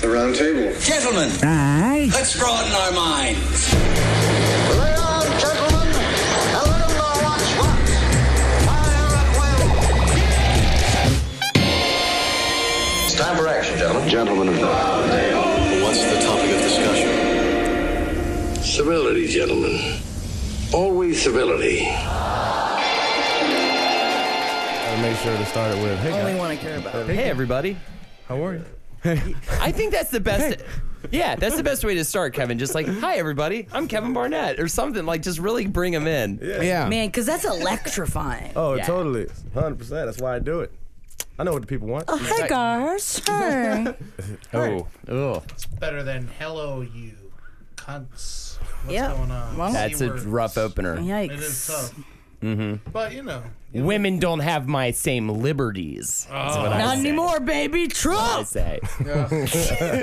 the round table. Gentlemen, Aye. let's broaden our minds. Lay on, gentlemen, and let 'em know what's what. Fire at will. It's time for action, gentlemen. Gentlemen of What's the topic of discussion? Civility, gentlemen. Always civility. Gotta make sure to start it with. Hey, Only guys. one I care about. Hey, everybody. How are you? I think that's the best. Yeah, that's the best way to start, Kevin. Just like, hi, everybody. I'm Kevin Barnett or something. Like, just really bring them in. Yeah. Man, because that's electrifying. Oh, Yeah. totally. 100%. That's why I do it. I know what the people Oh, want. Hi, guys. Hey. Oh, oh. better than hello you cunts. What's Yeah. going on? Well- That's a C-words. rough opener. It is Yikes. tough. But you know, Women don't have my same liberties. That's what I Not say. anymore, baby. I Trump. say.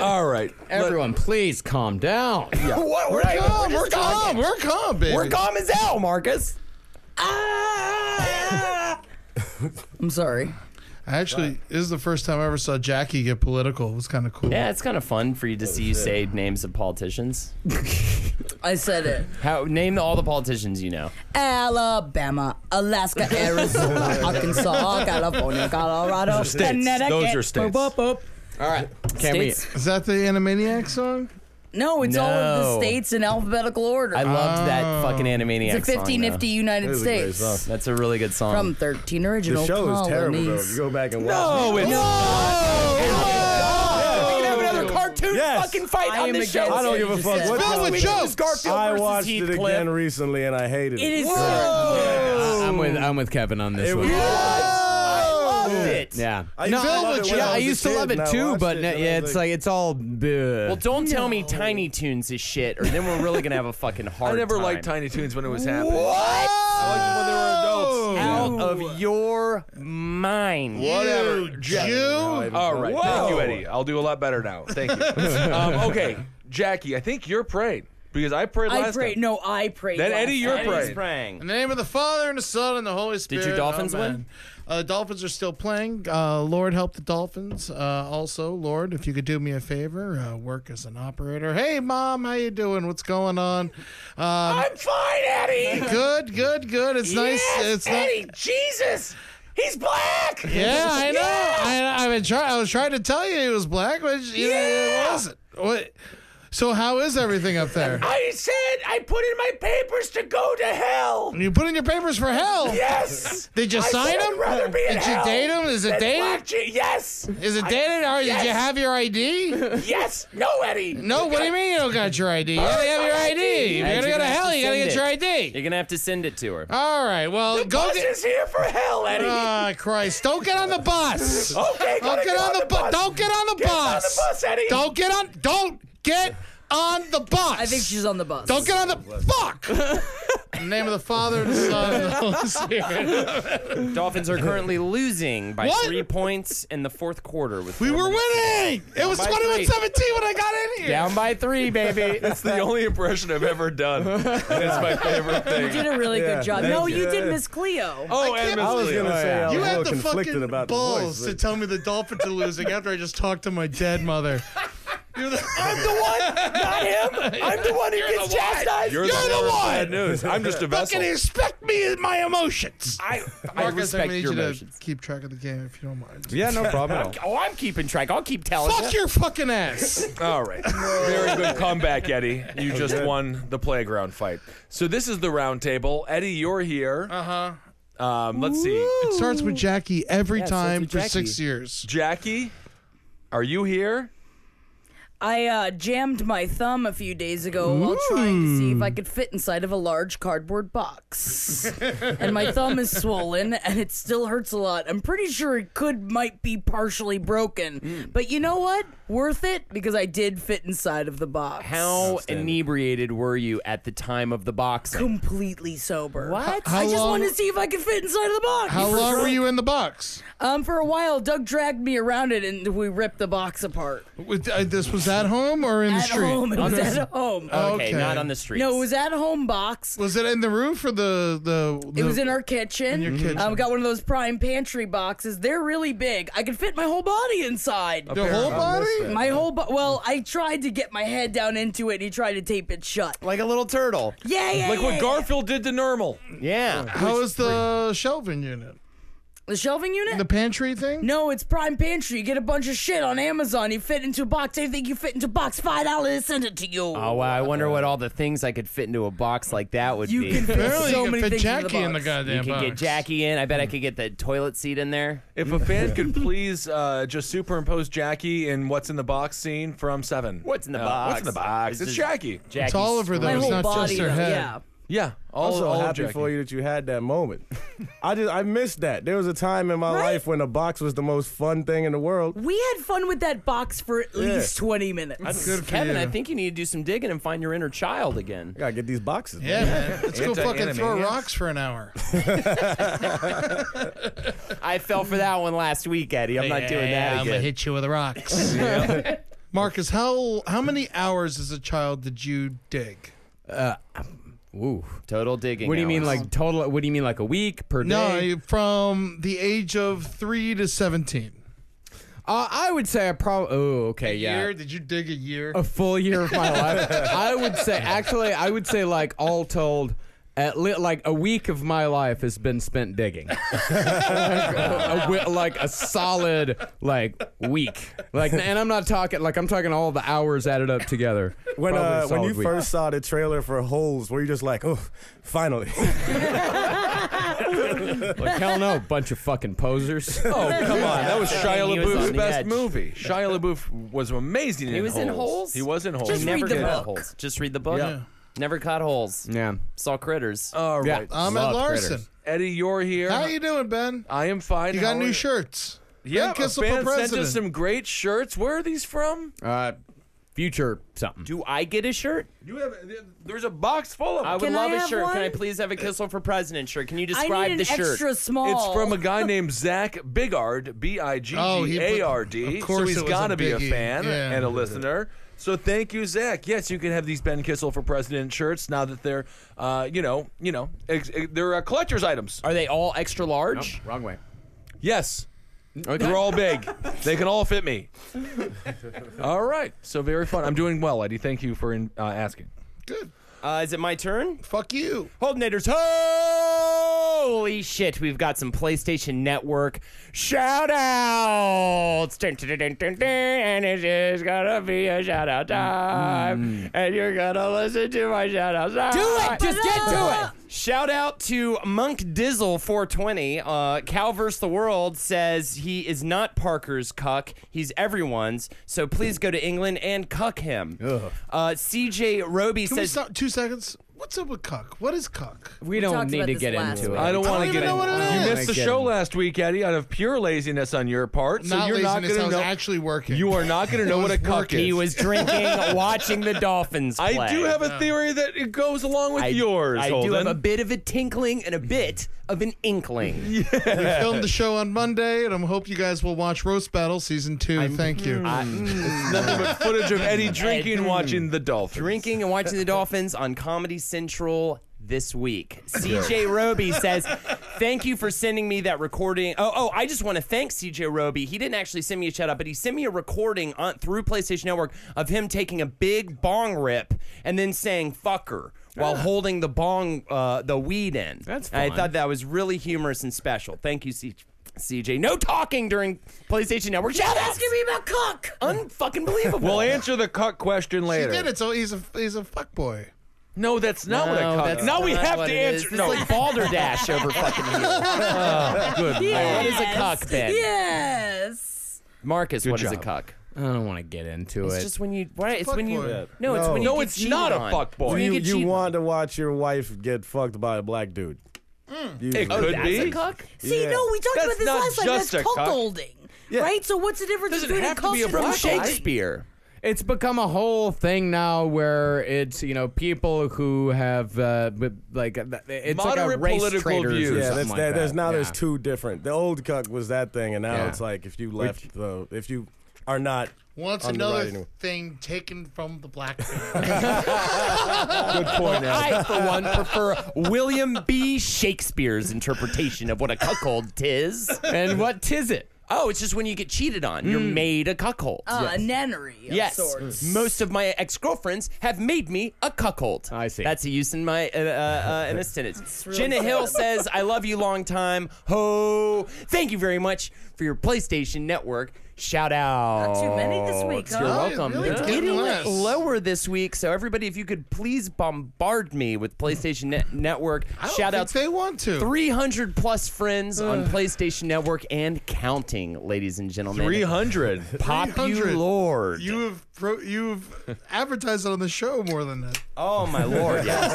All right. Everyone, please calm down. What? We're calm. We're calm. We're calm, baby. We're calm as hell, Marcus. I'm sorry. I actually this is the first time I ever saw Jackie get political. It was kind of cool. Yeah, it's kind of fun for you to see you say names of politicians. I said it. How name all the politicians you know? Alabama, Alaska, Arizona, Arkansas, California, Colorado, states. Connecticut. Those are states. Boop, boop, boop. All right. Can States? Is that the Animaniac song? No, it's all of No. the states in alphabetical order. I loved that fucking Animaniacs. it's a 50 song, though. nifty United This is a great States song. That's a really good song. from 13 original The show is colonies. terrible, though. If you go back and watch no, Oh, it's not. We can have another cartoon Yes. fucking fight I on am this show. against I don't it. give a You fuck said what it. Filled with you- jokes. Garfield I versus watched it Heathcliff. again recently and I hated it. It is I'm with I'm with Kevin on this It one. was- Loved it. Yeah. I used to I- love it when yeah, I I was a used to kid love and it I too, watched but it no- and I yeah, was it's like it's all. Well, don't tell me Tiny Toons is shit, or then we're really gonna have a fucking hard. I never time. liked Tiny Toons when it was happening. What? I liked Out of your mind. it when they were adults. Whatever. Jew? All right. Thank Whoa. you, Eddie. I'll do a lot better now. Thank you. um, okay, Jackie, I think you're praying because I prayed I last prayed. time. No, I prayed. Then last Eddie, you're night. praying. In the name of the Father and the Son and the Holy Spirit. your Dolphins Amen. win? Uh, Dolphins are still playing. Uh, Lord help the Dolphins. Uh, also, Lord, if you could do me a favor, uh, work as an operator. Hey, mom, how you doing? What's going on? Um, I'm fine, Eddie. good, good, good. It's nice. Yes, it's nice. Eddie. Jesus, he's black. Yeah, I know. Yeah. I, I've been try- I was trying to tell you he was black, but you know, it Yeah. wasn't. What? So how is everything up there? I said I put in my papers to go to hell. You put in your papers for hell. Yes. Did you I sign said him? I'd rather be in Did you hell date him? Is it than dated? black Je- yes. Is it dated? Or did you yes. have your ID? Yes. No, Eddie. No. What do you mean you don't got your ID? You gotta have your ID. If And you're gonna you're go to gonna have hell, to you gotta send get your it. ID. You're gonna have to send it to her. All right. Well, go Bus get. is here for hell, Eddie. Ah, Christ! Don't get on the bus. okay, Don't gotta get go on the bus. bus. Don't get on the Get on the bus. bus, Eddie. Don't get on. Don't get on the bus. I think she's on the bus. Don't get on the fuck. In the name of the Father and the Son and the Holy Spirit. Dolphins are currently losing by What? three points in the fourth quarter. With We four were minutes- winning. It was by 21 three. 17 when I got in here. down by three, baby. It's the only impression I've ever done. it's my favorite You thing. did a really Yeah, good job. thank No, you. you did Miss Cleo. Oh, I can't and I was Miss gonna Leo. say I was You a had little the conflicted fucking about balls the voice. to tell me the Dolphins are losing after I just talked to my dead mother. You're the, I'm the one, not him. I'm the one who gets chastised. You're, You're the bearer of one. bad news. I'm just a fucking vessel. respect me and my emotions. I, I Marcus, I'm respect gonna need your you emotions. to keep track of the game if you don't mind. Yeah, no problem at all. Oh, I'm keeping track. I'll keep telling Fuck your fucking ass. All right. Very good comeback, Eddie. You just won the playground fight. So this is the round table. Eddie, you're here. Uh-huh. Um, let's see. It starts with Jackie every it starts time with for Jackie. six years. Jackie, are you here? I uh, jammed my thumb a few days ago while trying to see if I could fit inside of a large cardboard box. and my thumb is swollen and it still hurts a lot. I'm pretty sure it could might be partially broken. But you know what? Worth it because I did fit inside of the box. How inebriated were you at the time of the boxing? Completely sober. What? I just long- wanted to see if I could fit inside of the box. How long were you in the box? Um, for a while, Doug dragged me around it and we ripped the box apart. With- uh, This was was at home or in the at street? home. It was the- Oh, at home. Okay, Okay. not on the streets. No, it was at home box. Was it in the roof or the the? It was in our kitchen. your kitchen. Um, got one of those prime pantry boxes. They're really big. I could fit my whole body inside. the whole body. My whole bo- well, I tried to get my head down into it. and He tried to tape it shut. like a little turtle. Yeah, yeah. Like yeah, what yeah. Garfield did to Normal. Yeah. How is the shelving unit? The shelving unit. The pantry thing? no, it's Prime Pantry. You get a bunch of shit on Amazon. You fit into a box. They think you fit into a box. Five dollars. Send it to you. Oh wow! I wonder what all the things I could fit into a box like that would you be. can fit Apparently, so many you can fit things Jackie in in the box. goddamn you could get box. Jackie in. I Hmm. bet I could get the toilet seat in there. If a fan could please uh, just superimpose Jackie in what's in the box scene from Seven. What's in the Uh, box? What's in the box? It's, just Jackie. Jackie's It's Oliver, though. My It's whole not just body. her head. Yeah. Yeah. All, Also all of happy Jackie. for you that you had that moment. I just I missed that. There was a time in my Right? life when a box was the most fun thing in the world. We had fun with that box for at least 20 minutes. Good for Kevin, you. I think you need to do some digging and find your inner child again. I gotta get these boxes. man. Yeah, man. Let's go fucking throw Anti-animaniacs. rocks for an hour. I fell for that one last week, Eddie. I'm not doing that I'm gonna again. hit you with rocks. Marcus, how how many hours as a child did you dig? Ooh. Total digging. What do you mean, hours. like total? What do you mean, like a week per No, day? you- from the age of three to seventeen. uh, I would say I probably. Oh, okay, yeah. Year? Did you dig a year? a full year of my life. I would say, actually, I would say, like all told, at li- like a week of my life has been spent digging. A wi- like a solid like week. Like, and I'm not talking like I'm talking all the hours added up together. When Probably a uh, when solid you week. first saw the trailer for Holes, were you just like, oh, finally? like hell no, bunch of fucking posers. Oh come on! That was Shia And he was LaBeouf's on the best edge. movie. Shia LaBeouf was amazing. He was in Holes? He was in holes. Just read Never the cut book. holes. Just read the book. Yeah. Uh, Never caught holes. yeah. Saw critters. All Yeah. right, I'm Ed Love Larson. critters. Eddie, you're here. How you doing, Ben? I am fine. You How got are new you? shirts. Yeah, Ben Kissel a fan for sent president. us some great shirts. Where are these from? Uh, future something. do I get a shirt? You uh, have. There's a box full of. I would Can love I a have shirt. Can I one? please have a Kissel for President shirt? Can you I describe need an the shirt? extra small. It's from a guy named Zach Bigard, B I G G A R Oh, he D. put- of So course he's it was got a to be a biggie. fan Yeah. and a listener. So thank you, Zach. Yes, you can have these Ben Kissel for President shirts now that they're, uh, you know, you know, ex- ex- they're uh, collector's items. Are they all extra large? Wrong way. Yes, Okay. they're all big. they can all fit me. all right. So very fun. I'm doing well, Eddie. Thank you for in, uh, asking. Good. Uh, is it my turn? Fuck you. Hold Naders. Holy shit, we've got some PlayStation Network shout outs. Dun, dun, dun, dun, dun, dun, And it is gonna be a shout Mm, out time. And you're gonna listen to my shout outs. Do it! Just get to it! Shout out to Monk Dizzle 420. Uh, Cow vs. the World says he is not Parker's cuck. He's everyone's. So please go to England and cuck him. Uh, CJ Roby Can we says. stop two seconds? What's up with cuck? What is cuck? We don't talked need about to this get last into it. week. I don't I don't want to even get know in. what it is. You missed the Get show in. last week, Eddie, out of pure laziness on your part. so Not you're not laziness, going I to was know. actually working. You are not going to know what a was cuck working. is. He was drinking, watching the Dolphins play. I do have a theory that it goes along with I- yours. I do Holden. have a bit of a tinkling and a bit of an inkling. filmed the show on Monday, and I am hope you guys will watch Roast Battle season 2 Thank you. nothing but footage of Eddie drinking, watching the Dolphins. Drinking and watching the Dolphins on Comedy Central this week. CJ Roby says, "Thank you for sending me that recording." Oh, oh, I just want to thank CJ Roby. He didn't actually send me a shout out, but he sent me a recording on, through PlayStation Network of him taking a big bong rip and then saying "fucker." While holding the bong, uh, the weed in. Ah. That's And I fun. thought that was really humorous and special. Thank you, C- CJ. No talking during PlayStation Network. Shout out! Asking me about cock. Unfucking believable. We'll answer the cuck question he later. did it, so he's a, he's a fuckboy. No, that's not what a No, cuck. that's now we not have what to it is. answer. It's No, like balderdash over fucking heel. good. What is a cuck, Ben? Yes. Marcus, what is a cuck? I don't want to get into it. It's just when you. Right, it's Fuck when you. boy. No, it's No. when you. No, get it's cheated not a on. fuck boy. When you get you cheated- want to watch your wife get fucked by a black dude. Mm. It Usually. could be. See, Yeah. no, we talked That's about this not last time. just That's a cuck. cuckolding, right? So what's the difference Doesn't between have to be cuck a and From Right. Shakespeare. it's become a whole thing now where it's you know people who have uh, b- like uh, th- it's like a Moderate race political traders or views. something Yeah, Yeah, that's, like that, that. there's now yeah. there's two different. The old cuck was that thing, and now Yeah. it's like if you left the if you are not. Wants on the another right anyway. thing taken from the black man. Good point. Now. I, for one, prefer William B. Shakespeare's interpretation of what a cuckold tis. And what tis it? Mm. Oh, it's just when you get cheated on, you're made a cuckold. Uh, A nannery of Yes, Mm. sorts. most of my ex-girlfriends have made me a cuckold. I see. That's a use in my uh, uh, uh, in a sentence. really Jenna sad. Hill says, "I love you long time. Ho! Thank you very much for your PlayStation Network shout out." Not too many this week, You're huh? Oh, it welcome. really It's did getting less. lower this week, so everybody, if you could please bombard me with PlayStation Net- Network I don't shout think outs. they want to. 300 plus friends on PlayStation Network and counting, ladies and gentlemen. 300. Popular 300. Lord. You have pro- you've advertised it on the show more than that. Oh my lord! Yes.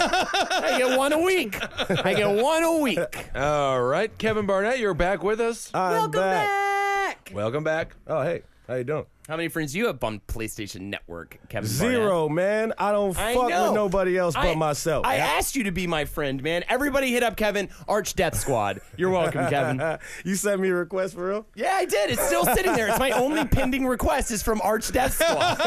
I get one a week. I get one a week. All right, Kevin Barnett, you're back with us. I'm back. Welcome back. Oh hey, how you doing? How many friends do you have on PlayStation Network, Kevin? Barnett? Zero, man. I don't I fuck know. with nobody else I- but myself. I asked you to be my friend, man. Everybody hit up Kevin Arch Death Squad. You're welcome, Kevin. you sent me a request for real? Yeah, I did. It's still sitting there. It's my only pending request is from Arch Death Squad.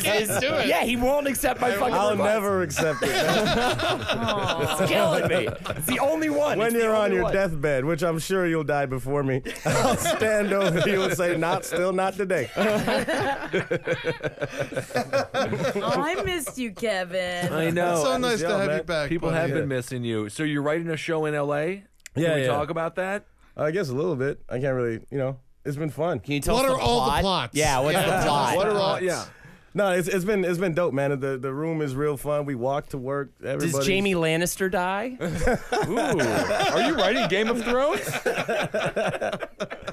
It's- Yeah, he won't accept my fucking I'll request. never accept it. man. It's killing me. It's the only one. when It's the you're on only your one. deathbed, which I'm sure you'll die before me, I'll stand over you and say, "Not, still not today." Oh, I missed you, Kevin. I know. so nice to yeah, have man. you back. People buddy. have been missing you. So you're writing a show in L.A. Yeah, Can we yeah. talk about that? I guess a little bit. I can't really, you know, it's been fun. Can you tell What us are all the plots? Yeah, what's Yeah. the plot? What are all- yeah. No, it's, it's been it's been dope, man. The the room is real fun. We walk to work. Everybody. Does Jamie Lannister die? Ooh. Are you writing Game of Thrones?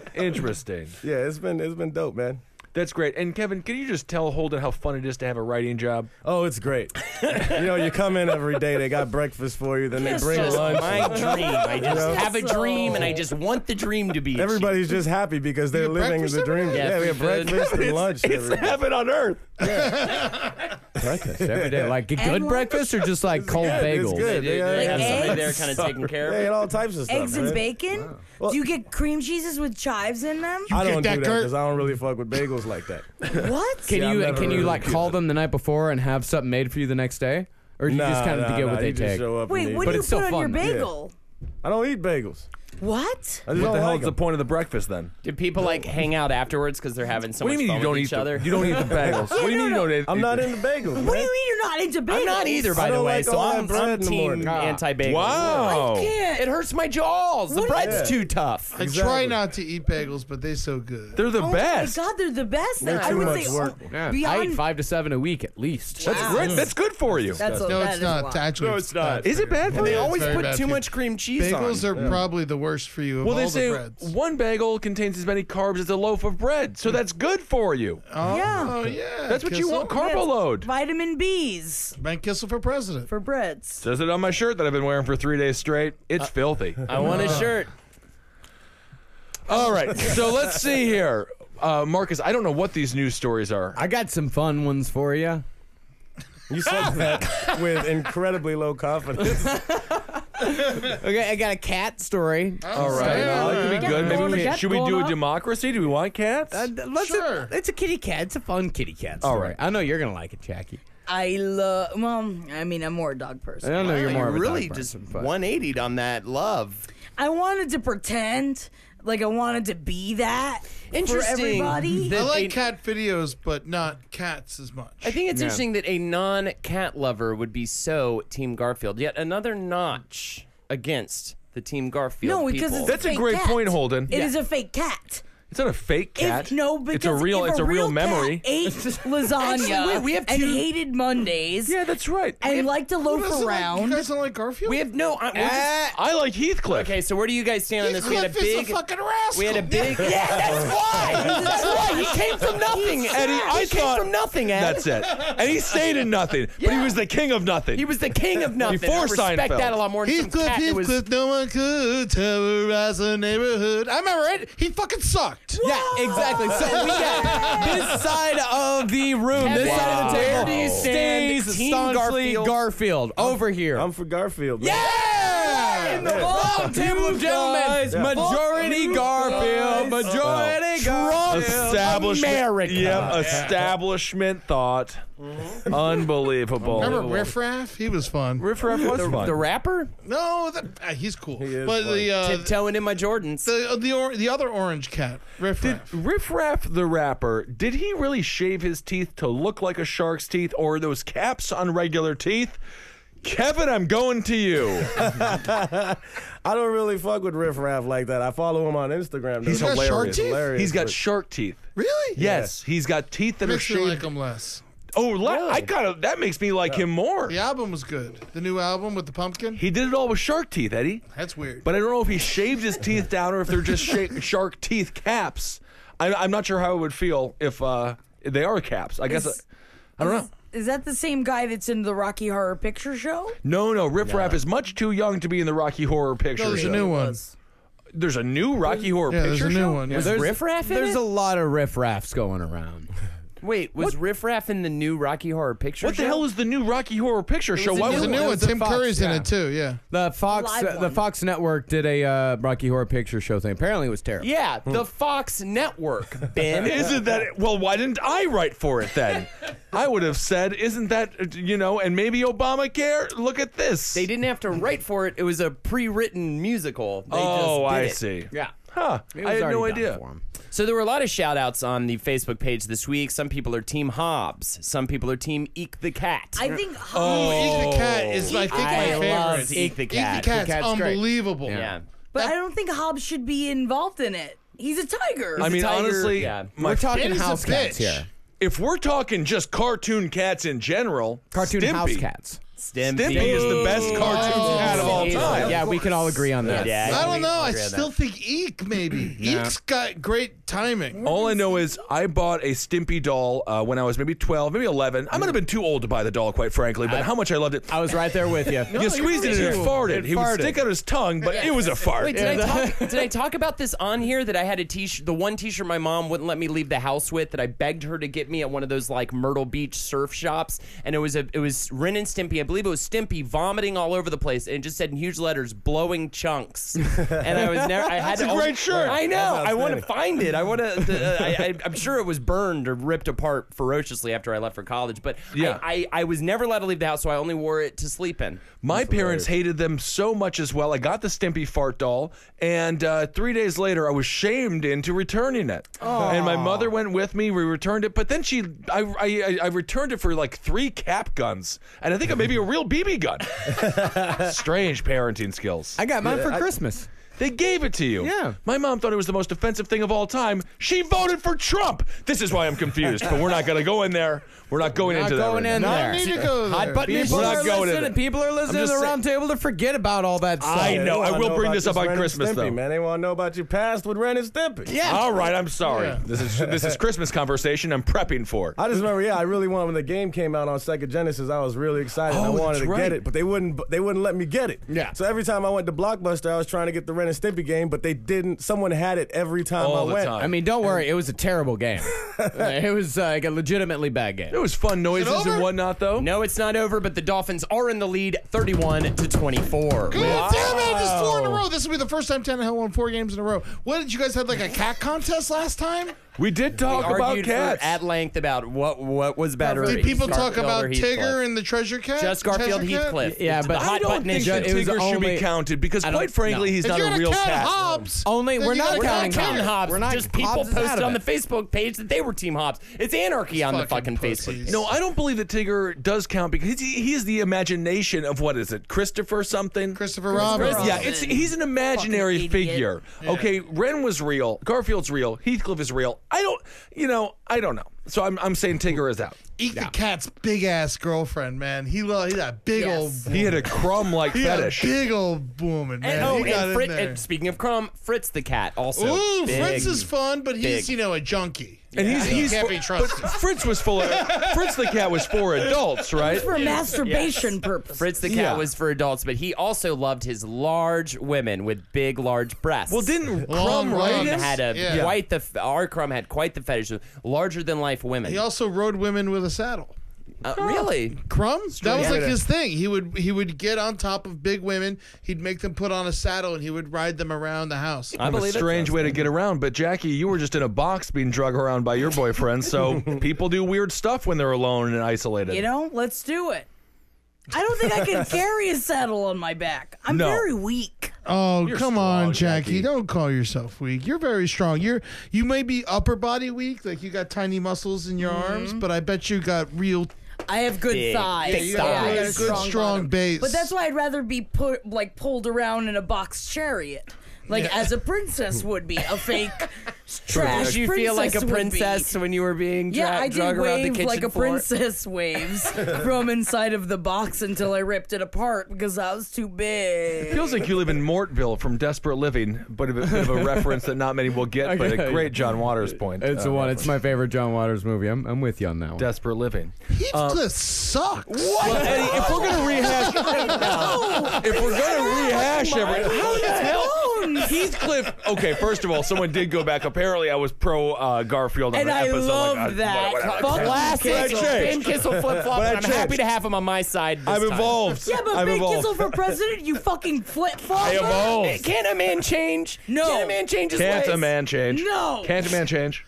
Interesting. Yeah, it's been it's been dope, man. That's great. And Kevin, can you just tell Holden how fun it is to have a writing job? Oh, it's great. you know, you come in every day. They got breakfast for you. Then they It's bring just lunch. my dream. I just know? have a dream, and I just want the dream to be. Everybody's just happy because they're get living breakfast the every dream. day? Yeah, Yeah, we have free food. breakfast and lunch. every day. Heaven on earth. Breakfast every day. Like good lunch. breakfast or just like cold good, it's bagels? good. They, Yeah, they yeah, have yeah. somebody there Eggs? kind of taking care of They it. ate all types of stuff. Eggs and man. bacon? Do you get cream cheeses with chives in them? I Get don't that do that Kurt. because I don't really fuck with bagels like that. What? Can Yeah, you I've never can you really like call them the night before and have something made for you the next day, or do you Nah, just kind of nah, get nah, what they you just take? show up and Wait, eat. what But do you it's still put on your fun. Yeah. bagel? I don't eat bagels. What? I just What don't the hell's like the them. point of the breakfast then? Do people like hang out afterwards because they're having so What do much you mean fun you don't with eat each other? The, you don't eat the bagels. what do you mean you don't eat? I'm not into bagels. What do man. you mean you're not into bagels? I'm not either, by I the don't way. like so all that I'm, bread I'm in the team Ah. morning. anti-bagel. Wow. I can't. It hurts my jaws. The bread's Yeah. too tough. I try not to eat bagels, but they're so good. They're the Oh best. my god, they're the best. They're I too would much say work. oh, Yeah. I beyond eat five to seven a week at least. That's Mm. great. That's good for you. That's a, no, that it's is not. wild. Actually, it's not. Is it bad for They you? always very put bad too for you. much cream cheese Bagels on. are probably the worst for you of Well, all they the say breads. one bagel contains as many carbs as a loaf of bread, Mm. so that's good for you. Yeah. Oh yeah, That's what you Kissel. want, carbo Yes. load. Vitamin B's Man, Kissel for president. for breads. Says it on my shirt that I've been wearing for three days straight. It's filthy. I want a shirt. uh, All right, so let's see here, uh, Marcus. I don't know what these news stories are. I got some fun ones for you. You said that with incredibly low confidence. Okay, I got a cat story. Oh, All right, well, that could be good. Maybe we should, should we do a democracy? Do we want cats? Uh, let's- Sure. it's a kitty cat. It's a fun kitty cat story. right. I know you're gonna like it, Jackie. I love. Well, I mean, I'm more a dog person. I don't know you're more of a really dog just person, but- 180 on that love. I wanted to pretend like I wanted to be that Interesting. for everybody. That I like a- cat videos, but not cats as much. I think it's interesting that a non-cat lover would be so Team Garfield. Yet another notch against the Team Garfield. no, because people. it's That's a fake great cat. point, Holden. It is Yeah. a fake cat. It's not a fake cat. If, no, because it's a real. if It's a real, cat memory. Ate lasagna. Actually, wait, we have and two- hated Mondays Yeah, that's right. and liked to Who loaf doesn't like- around. you guys don't like Garfield? we have no. I, we're just- I like Heathcliff. okay, so where do you guys stand on this? We had a Ah. Cliff big. is a fucking rascal. We had a big. yeah, that's why. That's why he came from nothing, Eddie. I he thought- came from nothing, Ed. That's it. And he stayed in nothing, but he was the king of nothing. He was the king of nothing. Before I respect Seinfeld. that a lot more. Than some Heathcliff, cat that was- Heathcliff, no one could terrorize a neighborhood. I remember it. He fucking sucked. Yeah, exactly. So we got this side of the room, this Kevin, side of the where table. do you stand, stays Team staunchly Garfield? Garfield, over here. I'm for Garfield. Man. yeah! Long table of gentlemen, majority Garfield, majority Oh. There you go. Establishment. America. Yep, establishment thought. Unbelievable. Mm-hmm. Remember Riff Raff? He was fun. Riff Raff was fun. The rapper? No, that, uh, he's cool. is but the, uh, Tiptoeing in my Jordans. the the or, the other orange cat, Riff Did Raff. Riff Raff the rapper, did he really shave his teeth to look like a shark's teeth or are those caps on regular teeth? Kevin, I'm going to you. I don't really fuck with Riff Raff like that. I follow him on Instagram. though. He's got shark hilarious. teeth? Hilarious, He's got but- shark teeth. Really? Yes, he's got teeth that are Makes me shaved. like him less. oh, la- I kind of that makes me like him more. The album was good. The new album with the pumpkin. He did it all with shark teeth, Eddie. That's weird. But I don't know if he shaved his teeth down or if they're just sha- shark teeth caps. I, I'm not sure how it would feel if uh, they are caps. I guess uh, Is- I, I don't know. Is that the same guy that's in the Rocky Horror Picture Show? No, no, Riff Raff is much too young to be in the Rocky Horror Picture there's Show. a new Um, one. was. There's a new Rocky Horror Yeah, there's Picture a new Show. one. Yeah. There's, Riff Raff in There's it? a lot of riff raffs going around. Wait, was Riff Raff in the new Rocky Horror Picture What the Show? hell is the new Rocky Horror Picture Show? was a Why There's would a it new one. was a Tim Fox, Curry's in yeah. it too. Yeah. The Fox, Live uh, the one. Fox Network did a uh, Rocky Horror Picture Show thing. Apparently, it was terrible. Yeah, Hmm. the Fox Network, Ben. Isn't that well? Why didn't I write for it then? I would have said, "Isn't that you know?" And maybe Obamacare. Look at this. They didn't have to write for it. It was a pre-written musical. They oh, just did I it. see. Yeah. Huh? It I was had no already done idea. for 'em. So there were a lot of shout outs on the Facebook page this week. Some people are Team Hobbs. Some people are Team Eek the Cat. I think. Oh. Oh, Eat the cat is I think I my love favorite. Eek the Cat. Eat the cat's, cat's great. unbelievable. Yeah. But I don't think Hobbs should be involved in it. He's a tiger. I mean, tiger- honestly, yeah. my We're talking Ben is a house cats bitch. here. if we're talking just cartoon cats in general, Cartoon Stimpy, house cats. Stimpy. Stimpy is the best cartoon Oh. cat of all Easily. time. yeah, we can all agree on that. Yeah. I don't know. I agree on still think Eek maybe. Eek's got great timing. All I know is I bought a Stimpy doll uh, when I was maybe 12, maybe 11. I might have been too old to buy the doll, quite frankly, but how much I loved it. I was right there with you. you squeezed it and it farted. he would stick out his tongue, but it was a fart. Wait, did, I talk, did I talk about this on here that I had a t-shirt, the one t-shirt my mom wouldn't let me leave the house with that I begged her to get me at one of those like Myrtle Beach surf shops, and it was a it was Ren and Stimpy, I believe it was Stimpy vomiting all over the place, and it just said in huge letters, blowing chunks, and I was never I had That's a to- great shirt. I know, That's I want to find it. I want to. Uh, I, I, I'm sure it was burned or ripped apart ferociously after I left for college, but Yeah. I, I I was never allowed to leave the house, so I only wore it to sleep in. My parents hated them so much as well. I got the Stimpy fart doll, and uh, three days later, I was shamed into returning it. And my mother went with me. We returned it, but then she, I, I, I- I returned it for like three cap guns, and I think maybe a real BB gun. Strange parenting skills. I got mine for Christmas. They gave it to you. Yeah. My mom thought it was the most offensive thing of all time. She voted for Trump. This is why I'm confused. but we're not going to go in there. We're not going Not into going that. right in now. I there. don't need to go there. Hot button People people are are going in listening. it. People are listening to just the round table to forget about all that stuff. I know. I They wanna will bring about this up just on Ren and Christmas, Stimpy, though. Man, they want to know about your past with Ren and Stimpy. Yeah. All right, I'm sorry. Yeah. This is this is Christmas conversation I'm prepping for. I just remember, yeah, I really wanted when the game came out on Sega Genesis. I was really excited. and I Oh, wanted that's to right. get it, but they wouldn't. They wouldn't let me get it. Yeah. So every time I went to Blockbuster, I was trying to get the Ren and Stimpy game, but they didn't. Someone had it every time All I the went. time. I mean, don't worry. It was a terrible game. it was uh, like a legitimately bad game. It was fun noises over? and whatnot, though. No, it's not over, but the Dolphins are in the lead 31 to 24. God damn it! This is four in a row. This will be the first time Tannehill won four games in a row. What did you guys have like a cat contest last time? We did talk about Argued for- cats. at length about what what was better. Did people Garfield talk about or Heathcliff? Tigger and the treasure cat? just Garfield Treasure cat? Heathcliff? Yeah, The but hot I don't button think issue. that it was Tigger should only- be counted because, I don't- quite frankly, no. he's If not you're a gonna real count cat. Hobbs. Oh, Only- then we're you not gotta counting count Team Hobbs. Hobbs. We're not- just people Hobbs is out posted of on the it. Facebook page that they were Team Hobbs. It's anarchy on the fucking Facebook. pussies. No, I don't believe that Tigger does count because he, he is the imagination of what is it, Christopher something? Christopher Robin. Robin. Yeah, it's he's an imaginary idiot. figure. Okay, Ren was real, Garfield's real, Heathcliff is real. I don't, you know, I don't know. So I'm I'm saying Tigger is out. Eek the cat's big ass girlfriend, man. He loved he's a big Yes. old He had a crumb like he had a fetish. big old woman, man. And, oh, he got and, in Fritz, there. and speaking of Crumb, Fritz the cat also. Ooh, big. Fritz is fun, but he's big. you know a junkie. And he's, he's Can't for- be trusted. But Fritz was full of Fritz the cat was for adults, right? for masturbation purposes. Fritz the cat Yeah. was for adults, but he also loved his large women with big, large breasts. Well, didn't Long Crumb write legs. this? had a Yeah. quite the our crumb had quite the fetish, of larger than life women. He also rode women with a saddle. Uh, really? Crumb? that was yeah. like his thing. He would he would get on top of big women. He'd make them put on a saddle and he would ride them around the house. I a believe it. strange way to get around, but Jackie, you were just in a box being drug around by your boyfriend. So people do weird stuff when they're alone and isolated. You know, let's do it. I don't think I can carry a saddle on my back. I'm No. very weak. Oh, come on, strong, Jackie. Jackie. Don't call yourself weak. You're very strong. You're you may be upper body weak, like you got tiny muscles in your arms, but I bet you got real I have good Big, thighs. thick Yeah, I got a thighs. Good, strong bottom. base. But that's why I'd rather be put like pulled around in a box chariot. Like as a princess would be a fake trash. Did you feel like a would be. princess when you were being dra- Yeah, I drug did around the wave kitchen like a floor? princess waves from inside of the box until I ripped it apart because I was too big. Feels like you live in Mortville from Desperate Living, but a bit of a reference that not many will get, but a Okay. great John Waters point. It's uh, the one. It's my favorite John Waters movie. I'm, I'm with you on that one. Desperate Living. He just sucks. Well, Eddie, if we're gonna rehash, Oh, if we're gonna rehash every, how the hell? Heathcliff. Okay, first of all, someone did go back. Apparently, I was pro uh, Garfield on And an I episode. love like, uh, that. whatever. Fuck Classic But I Ben changed. Kissel flip flop. I I'm happy changed. to have him on my side. This I've time. evolved. yeah, but I've Big evolved. Kissel for president, you fucking flip flop. I evolved. Can a man change? No. Can a man change his Can't ways? a man change? No. Can't a man change?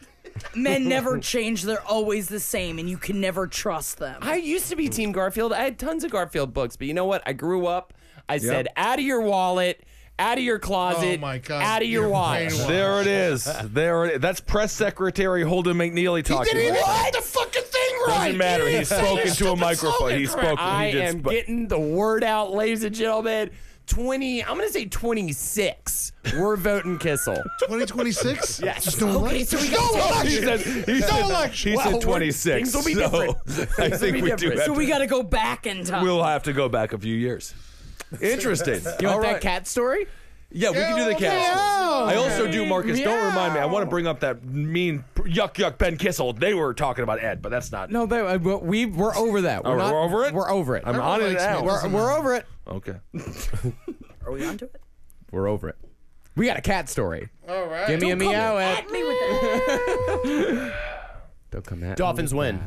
Men never change; they're always the same, and you can never trust them. I used to be Team Garfield. I had tons of Garfield books, but you know what? I grew up. I said, out of your wallet, out of your closet, Oh my God, out of your you're watch. brainwashed. There it is. There it is. That's press secretary Holden McNeely talking. didn't even about get it. the fucking thing right. Doesn't matter. He He's didn't say spoken your to a stupid microphone. slogan He correct. spoke. I he did am sp- getting the word out, ladies and gentlemen. 20, I'm going to say 26. We're voting Kissel. 2026? Yes. Just no Okay, elec- so we no got- He election. said, he no said, election. he Well, said we're- 26. things will be so different. I will be think we do different. have so we to- got to go back in time. We'll have to go back a few years. Interesting. You All want that right. cat story? Yeah, we can do the cat. Meow. I also do, Marcus. Don't remind me. I want to bring up that mean yuck yuck Ben Kissel. They were talking about Ed, but that's not. No, they, uh, well, we we're over that. We're, Oh, not- we're over it? We're over it. I'm on it likes me. now. we're, we're over it. Okay. Are we onto it? We're over it. We got a cat story. All right. Give me a meow at. Me with that. Don't come at. me. Dolphins win.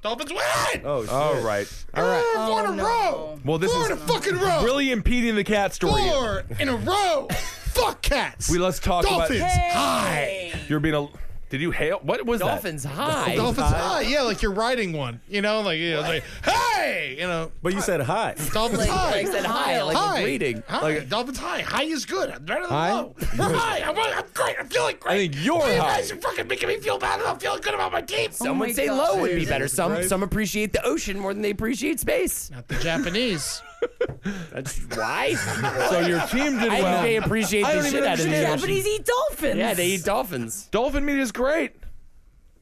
Dolphins win. Oh, shit. All right. All right. Four in a row. Well, this Four is Ah, in a fucking row. really impeding the cat story. Four in a row. Fuck cats. We let's talk Dolphins about. high. You're being a. Did you hail? What was Dolphins high. Dolphins high. Yeah, like you're riding one. You know, like you know, like hey, you know. But you said hi. Dolphins high. like said high, like Oh high. reading. High. Dolphins high. High is good. I'm better than High? low. We're high. I'm, I'm great. I'm feeling that? great. I think you're you high. guys are fucking making me feel bad. and I'm feeling good about my team. Some Oh would my say God. low would be better. Jesus Some Christ. some appreciate the ocean more than they appreciate space. Not the Japanese. That's why. So your team did I think well. they appreciate I the don't shit even out of understand. the Yeah, ocean. Japanese eat dolphins. Yeah, they eat dolphins. Dolphin meat is great.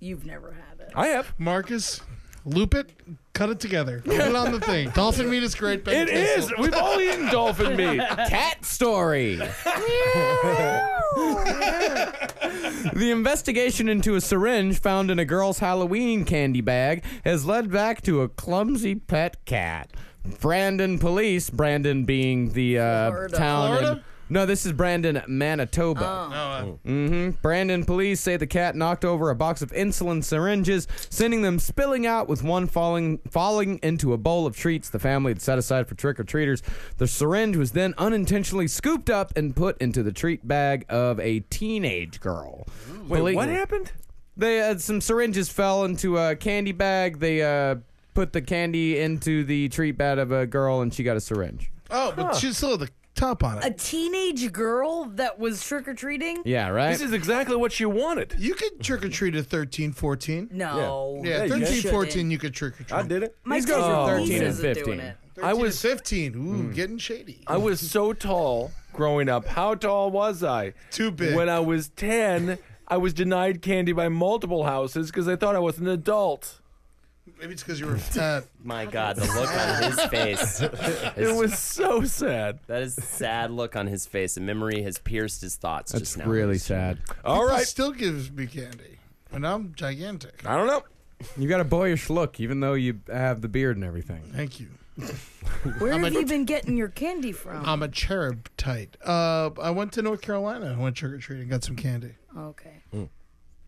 You've never had it. I have. Marcus, loop it, cut it together, put it on the thing. Dolphin meat is great. Ben It is. We've all eaten dolphin meat. Cat story. the investigation into a syringe found in a girl's Halloween candy bag has led back to a clumsy pet cat. Brandon police, Brandon being the uh, Florida. town. in- Florida? no, this is Brandon, Manitoba. Mm-hmm. Brandon police say the cat knocked over a box of insulin syringes, sending them spilling out with one falling falling into a bowl of treats the family had set aside for trick or treaters. The syringe was then unintentionally scooped up and put into the treat bag of a teenage girl. Police- What happened? They had some syringes fell into a candy bag. They uh, put the candy into the treat bag of a girl, and she got a syringe. Oh, but she still had the top on A it. teenage girl that was trick or treating? Yeah, right. This is exactly what you wanted. You could trick or treat at 13, 14. No. Yeah, Yeah, you 13, can. 14, you could trick or treat. I did it. My These girls cousin are 13 Lisa's and doing 15. it. I was 15. Ooh, getting shady. I was so tall growing up. How tall was I? Too big. When I was 10, I was denied candy by multiple houses because they thought I was an adult. Maybe it's because you were fat. My God, the look on his face. It was so sad. that is a sad look on his face. A memory has pierced his thoughts That's just now. really sad. All He right. still gives me candy. And I'm gigantic. I don't know. You got a boyish look, even though you have the beard and everything. Thank you. Where I'm Um, have a- you been getting your candy from? I'm a cherub tight. Uh, I went to North Carolina. I went trick or treating, got some candy. okay.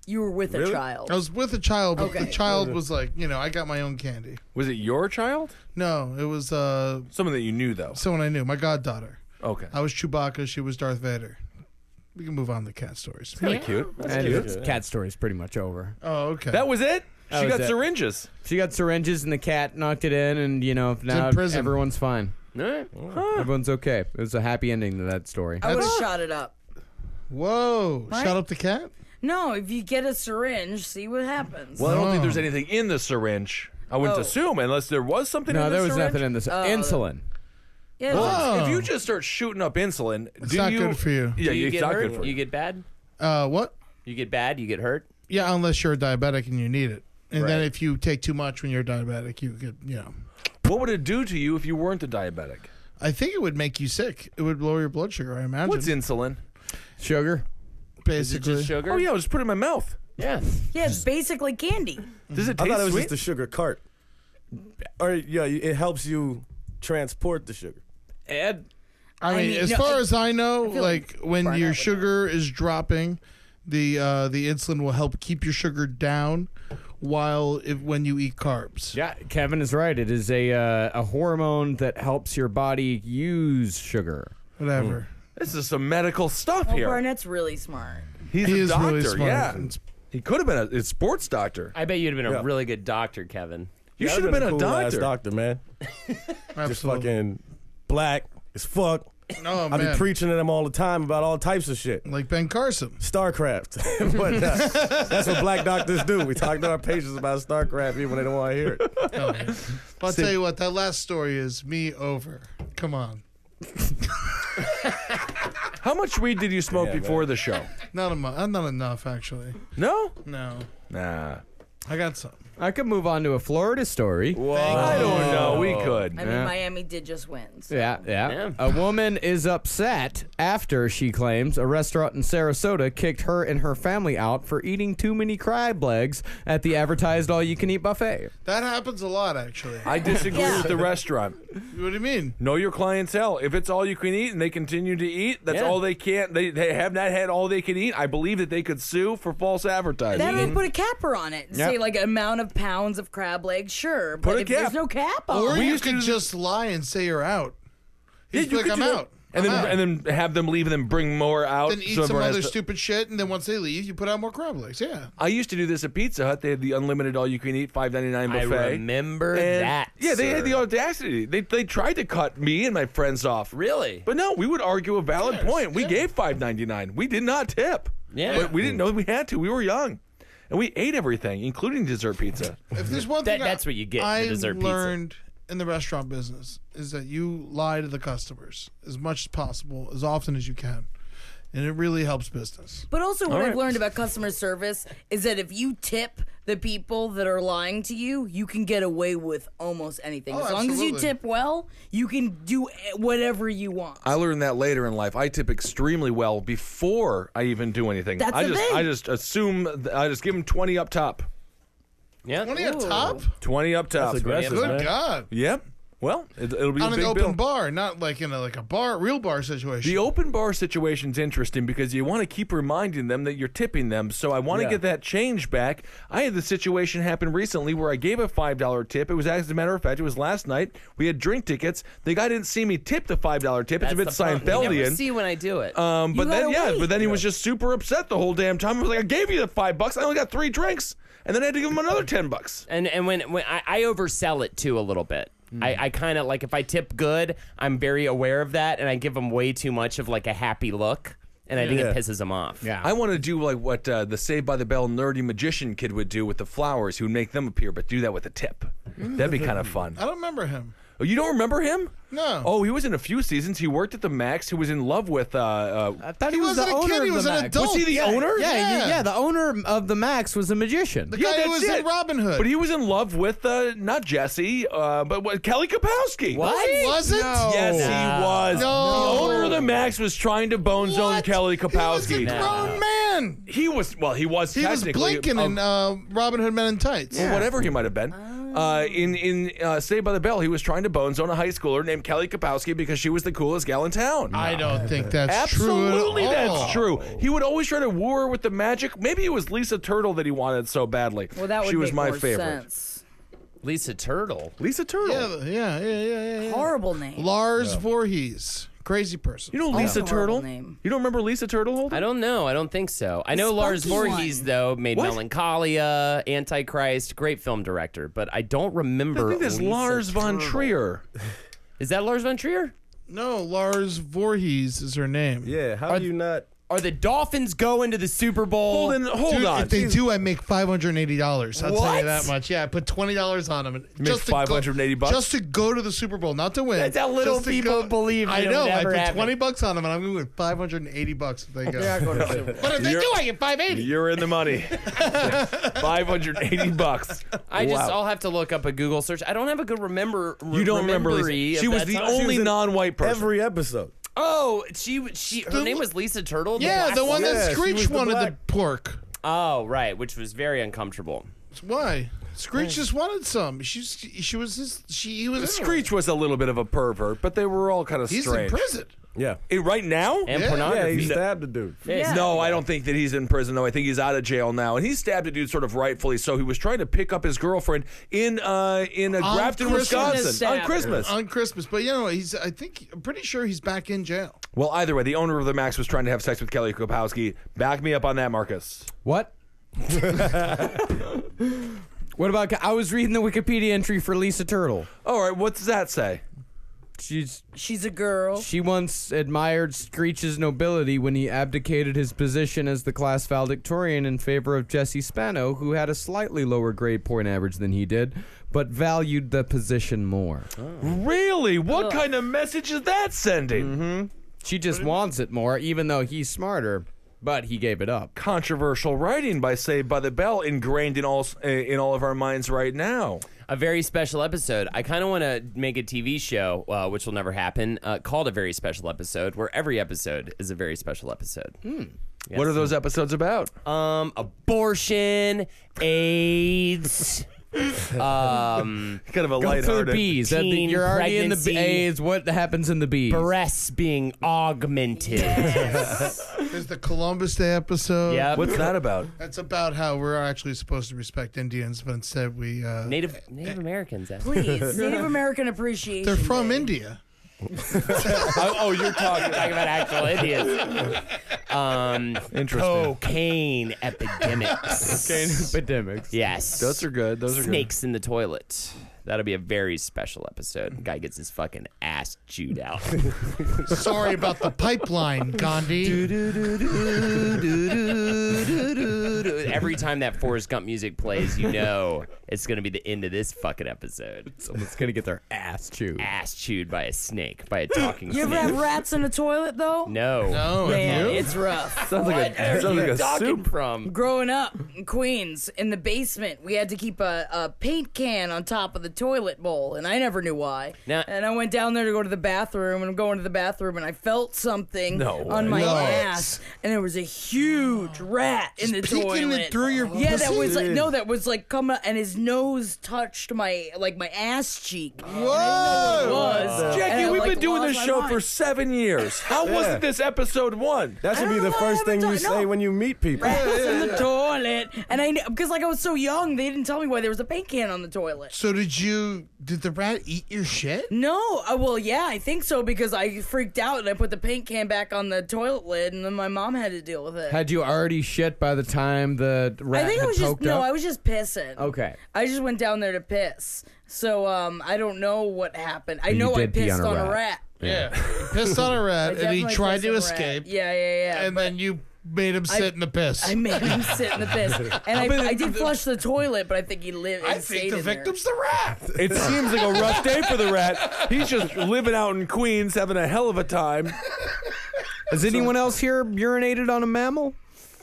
You were with a child. I was with a child, but the Okay. child was like, you know, I got my own candy. Was it your child? No, it was uh Someone that you knew though. someone I knew, my goddaughter. Okay. I was Chewbacca, she was Darth Vader. We can move on to cat stories. Kind of cute. And it's- cat story's pretty much over. Oh, okay. That was it. She was got it. syringes. She got syringes and the cat knocked it in, and you know now prison. everyone's fine. Alright. Everyone's okay. It was a happy ending to that story. I would have That's- shot it up. Whoa. Shut up the cat? No, if you get a syringe, see what happens. Well, I don't think Oh. there's anything in the syringe. I wouldn't Oh. assume unless there was something. no, in the there was syringe. nothing in this. Oh. Insulin. Yeah, Whoa. If you just start shooting up insulin, it's not good for you. Yeah, Do you it's get not hurt? good for you. you get bad. Uh what? You get bad. You get hurt. Yeah, unless you're a diabetic and you need it. And then if you take too much when you're diabetic, you could, you know. What would it do to you if you weren't a diabetic? I think it would make you sick. It would lower your blood sugar, I imagine. What's insulin? Sugar. Is it basically? just sugar? Oh yeah, I'll just put it in my mouth. Yeah. yeah, it's basically candy. Does it I taste thought it was sweet? just a sugar cart. Or yeah, it helps you transport the sugar. Ed. I mean, mean, as no, far I- as I know, feel like like when Brian your would know. sugar is dropping, the uh, the insulin will help keep your sugar down while if when you eat carbs. Yeah, Kevin is right. It is a uh, a hormone that helps your body use sugar. Whatever. This is some medical stuff Well, here. Barnett's really smart. He's He a is doctor. really smart. Yeah, he could have been a, it's sports doctor. I bet you'd have been a really good doctor, Kevin. You That should have would've been a cool ass doctor, doctor. man. Just Absolutely. fucking black as fuck. oh I be man, preaching to them all the time about all types of shit. like Ben Carson. Starcraft. but uh, that's what black doctors do. We talk to our patients about Starcraft even when they don't want to hear it. But I'll tell you what, that last story is me over. Come on, How much weed did you smoke Yeah, before the show? not enough. Not enough, actually. No. No, Nah. I got some. I could move on to a Florida story. I Oh. don't know. We could. I mean, Miami did just win. So. Yeah, yeah. Yeah. A woman is upset after she claims a restaurant in Sarasota kicked her and her family out for eating too many crab legs at the advertised all-you-can-eat buffet. That happens a lot, actually. I disagree Yeah. with the restaurant. what do you mean? Know your clientele. If it's all you can eat and they continue to eat, that's Yeah. all they can. They, they have not had all they can eat. I believe that they could sue for false advertising. Then they put a capper on it and say like amount of pounds of crab legs, sure. But a if cap. there's no cap on Or it, you could just lie and say you're out. Yeah, He's like, could I'm do that. out. And I'm then out. and then have them leave and then bring more out. Then eat so some everyone has other to- stupid shit, and then once they leave, you put out more crab legs. Yeah. I used to do this at Pizza Hut. They had the unlimited all you can eat five ninety nine I buffet. remember And- that. Yeah, they had the sir. audacity. They they tried to cut me and my friends off. Really? But no, we would argue a valid point. We yeah. gave five ninety nine. We did not tip. Yeah. But we didn't know we had to. We were young. And we ate everything, including dessert pizza. If there's one That- thing I- that's what you get, the I dessert pizza. learned in the restaurant business is that you lie to the customers as much as possible, as often as you can, and it really helps business. But also, what right. I've learned about customer service is that if you tip the people that are lying to you, you can get away with almost anything. Oh, as long as absolutely. you tip well, you can do whatever you want. I learned that later in life. I tip extremely well before I even do anything. That's I the just thing. I just assume th- I just give them 20 up top. Yeah. One at top. 20 up top. aggressive, Good man. God. Yep. Well, it, it'll be On a an big open bill. bar, not like in a like a bar, real bar situation. The open bar situation's interesting because you want to keep reminding them that you're tipping them. So I want to Yeah. get that change back. I had the situation happen recently where I gave a five dollar tip. It was as a matter of fact, it was last night. We had drink tickets. The guy didn't see me tip the five dollar tip. It's a bit That's the problem. You never Seinfeldian. see when I do it. Um, but You then gotta yeah, wait. but then he was just super upset the whole damn time. I was like, I gave you the five bucks. I only got three drinks, and then I had to give him another ten bucks. and and when when I, I oversell it too a little bit. Hmm. I, I kind of like if I tip good, I'm very aware of that, and I give them way too much of like a happy look, and I think Yeah. it pisses them off. Yeah. I want to do like what uh, the Saved by the Bell nerdy magician kid would do with the flowers, who'd make them appear, but do that with a tip. That'd be kind of fun. I don't remember him. Oh, you don't remember him? No. Oh, he was in a few seasons. He worked at the Max. He was in love with. Uh, uh, I thought he, He was the wasn't a owner kid, of he was the an Max. adult. Was he the Yeah. owner? Yeah, yeah. Yeah. yeah, the owner of the Max was a magician. The yeah, guy who that's was in it. Robin Hood. but he was in love with uh, not Jesse, uh, but what, Kelly Kapowski. No, What? he wasn't. Yes, he was. No. The owner of the Max was trying to bone zone What? Kelly He was Kapowski. a grown man. man. He was well. He was. He was technically um, blinking a- in uh, Robin Hood Men in Tights. or whatever he might have been. Oh. Uh, in in uh, Saved by the Bell, he was trying to bone zone a high schooler named Kelly Kapowski because she was the coolest gal in town. I don't think that's Absolutely, true. at all. that's true. He would always try to woo her with the magic. Maybe it was Lisa Turtle that he wanted so badly. Well, that would she was make my more favorite. sense. Lisa Turtle. Lisa Turtle. Yeah, yeah, yeah, yeah. yeah, yeah. Horrible name. Lars Voorhees, crazy person. You know Lisa a horrible Turtle? name. You don't remember Lisa Turtle? Holden? I don't know. I don't think so. I know Lars spunky Voorhees one. though made What? Melancholia, Antichrist, great film director, but I don't remember. I think that's Lisa Lars von Turtle. Trier. Is that Lars von Trier? no, Lars Voorhees is her name. Yeah, how do you not? Are the Dolphins going to the Super Bowl? Holden, hold Dude, on. if they do, I make five hundred and eighty dollars. I'll tell What? you that much. Yeah, I put twenty dollars on them. make 580 bucks? just to go to the Super Bowl, not to win. That's how little just to people believe I it'll know. I never put happen. twenty bucks on them, and I'm going to win five hundred and eighty bucks if they go. but if they You're- do, I get five eighty. You're in the money. 580 bucks. I just Wow. I'll have to look up a Google search. I don't have a good remember. You don't remember Lisa. remembery of She was that the time. only in non-white person. Every episode. Oh, she w- she her The- name was Lisa Turtle. the Yeah, black the one woman? Yeah, that she was Screech the wanted the black- pork. Oh, right, which was very uncomfortable. Why? Screech just wanted some. She's she was his. She he was in on it. Screech was a little bit of a pervert, but they were all kind of He's strange. in prison. Yeah. Eh, right now? And Yeah. Yeah, pornography. he stabbed a dude. No, I don't think that he's in prison. though. I think he's out of jail now. And he stabbed a dude, sort of rightfully so. He was trying to pick up his girlfriend in uh, in uh, On Grafton, Christmas Wisconsin, on Saturday. Christmas. on Christmas. But you know, he's I think I'm pretty sure he's back in jail. Well, either way, the owner of the Max was trying to have sex with Kelly Kapowski. Back me up on that, Marcus. What? what about? I was reading the Wikipedia entry for Lisa Turtle. All right, what does that say? She's She's a girl. she once admired Screech's nobility when he abdicated his position as the class valedictorian in favor of Jesse Spano, who had a slightly lower grade point average than he did, but valued the position more. Really? What kind of message is that sending? She just wants it more, even though he's smarter, but he gave it up. Controversial writing by Saved by the Bell ingrained in all uh, in all of our minds right now. a very special episode. I kind of want to make a TV show, uh, which will never happen, uh, called a very special episode, where every episode is a very special episode. Hmm. What are those episodes about? Um, abortion, AIDS. um, kind of a Go for the lighthearted. bees. That'd be- Teen You're already in the pregnancy. bees. What happens in the bees? breasts being augmented. There's the Columbus Day episode. yep. What's that about? That's about how we're actually supposed to respect Indians, but instead we uh, Native Native Americans. eh? Please, Native American appreciation. they're from Day. India. oh, oh, you're talking. Talking about actual Indians. Um, Interesting. cocaine epidemics. epidemics. Yes. Those are good. Those are Snakes in the toilet. That'll be a very special episode. Guy gets his fucking ass chewed out. Sorry about the pipeline, Gandhi. Oh, Every time that Forrest Gump music plays, you know it's gonna be the end of this fucking episode. Someone's gonna get their ass chewed. Ass chewed by a snake, by a talking You ever snake. have rats in a toilet though? no. Oh, Man, you? it's rough. good. Sounds like a, sounds like a Talking soup. from. Growing up in Queens, in the basement, we had to keep a, a paint can on top of the toilet bowl, and I never knew why. Now- and I went down there to go to the bathroom, and I'm going to the bathroom, and I felt something No on my way. No. ass, and there was a huge rat in the Just peeking toilet. it through your yeah, that pussy? was like no, that was like coming, and his nose touched my like my ass cheek. Whoa! was. And Jackie, I, we've like, been doing lost this my show mind. for seven years. How wasn't this episode one? That should I be don't the know, I first thing haven't you done- say no. when you meet people. rats in the toilet, and I because like I was so young, they didn't tell me why there was a paint can on the toilet. So did you? Did the rat eat your shit? No, uh, well, yeah, I think so because I freaked out and I put the paint can back on the toilet lid, and then my mom had to deal with it. Had you already shit by the time the rat I think had I was just poked no, up? I was just pissing. Okay. I just went down there to piss. So um, I don't know what happened. I You know I did pee pissed on a rat. on a rat. Yeah. Pissed on a I rat, and he definitely pissed on tried to a rat. escape. Yeah, yeah, yeah. And then you made him sit in the piss. I made him sit in the piss, and I, I did flush the toilet, but I think he lived. I think the victim's the rat. It seems like a rough day for the rat. He's just living out in Queens, having a hell of a time. Has anyone else here urinated on a Oh, mammal?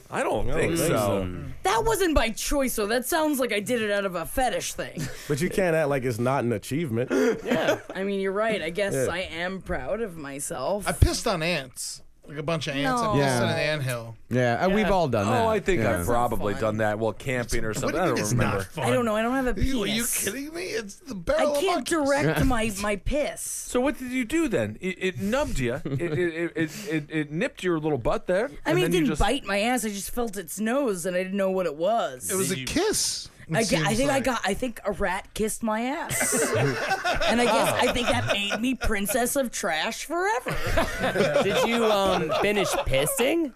I don't think so. think so. That wasn't by choice, though. That sounds like I did it out of a fetish thing. But you can't act like it's not an achievement. I mean, you're right. I guess I am proud of myself. I pissed on ants. like a bunch of ants. No. I'm just Yeah. in an anthill. Yeah, uh, we've all done that. Oh, I think yeah. I've probably fun. done that. Well, camping or What do something. I you mean don't it's remember. not fun? I don't know. I don't have a penis. Are you kidding Oh, me? It's the I barrel can't of monkeys. direct my my piss. So what did you do then? It, it numbed you. It, it, it, it, it, it nipped your little butt there. I and mean, it then you didn't just- bite my ass. I just felt its nose, and I didn't know what it was. It was a kiss. it I, ge- I seems think I like. got. I think a rat kissed my ass, and I guess I think that made me princess of trash forever. Did you um, finish pissing?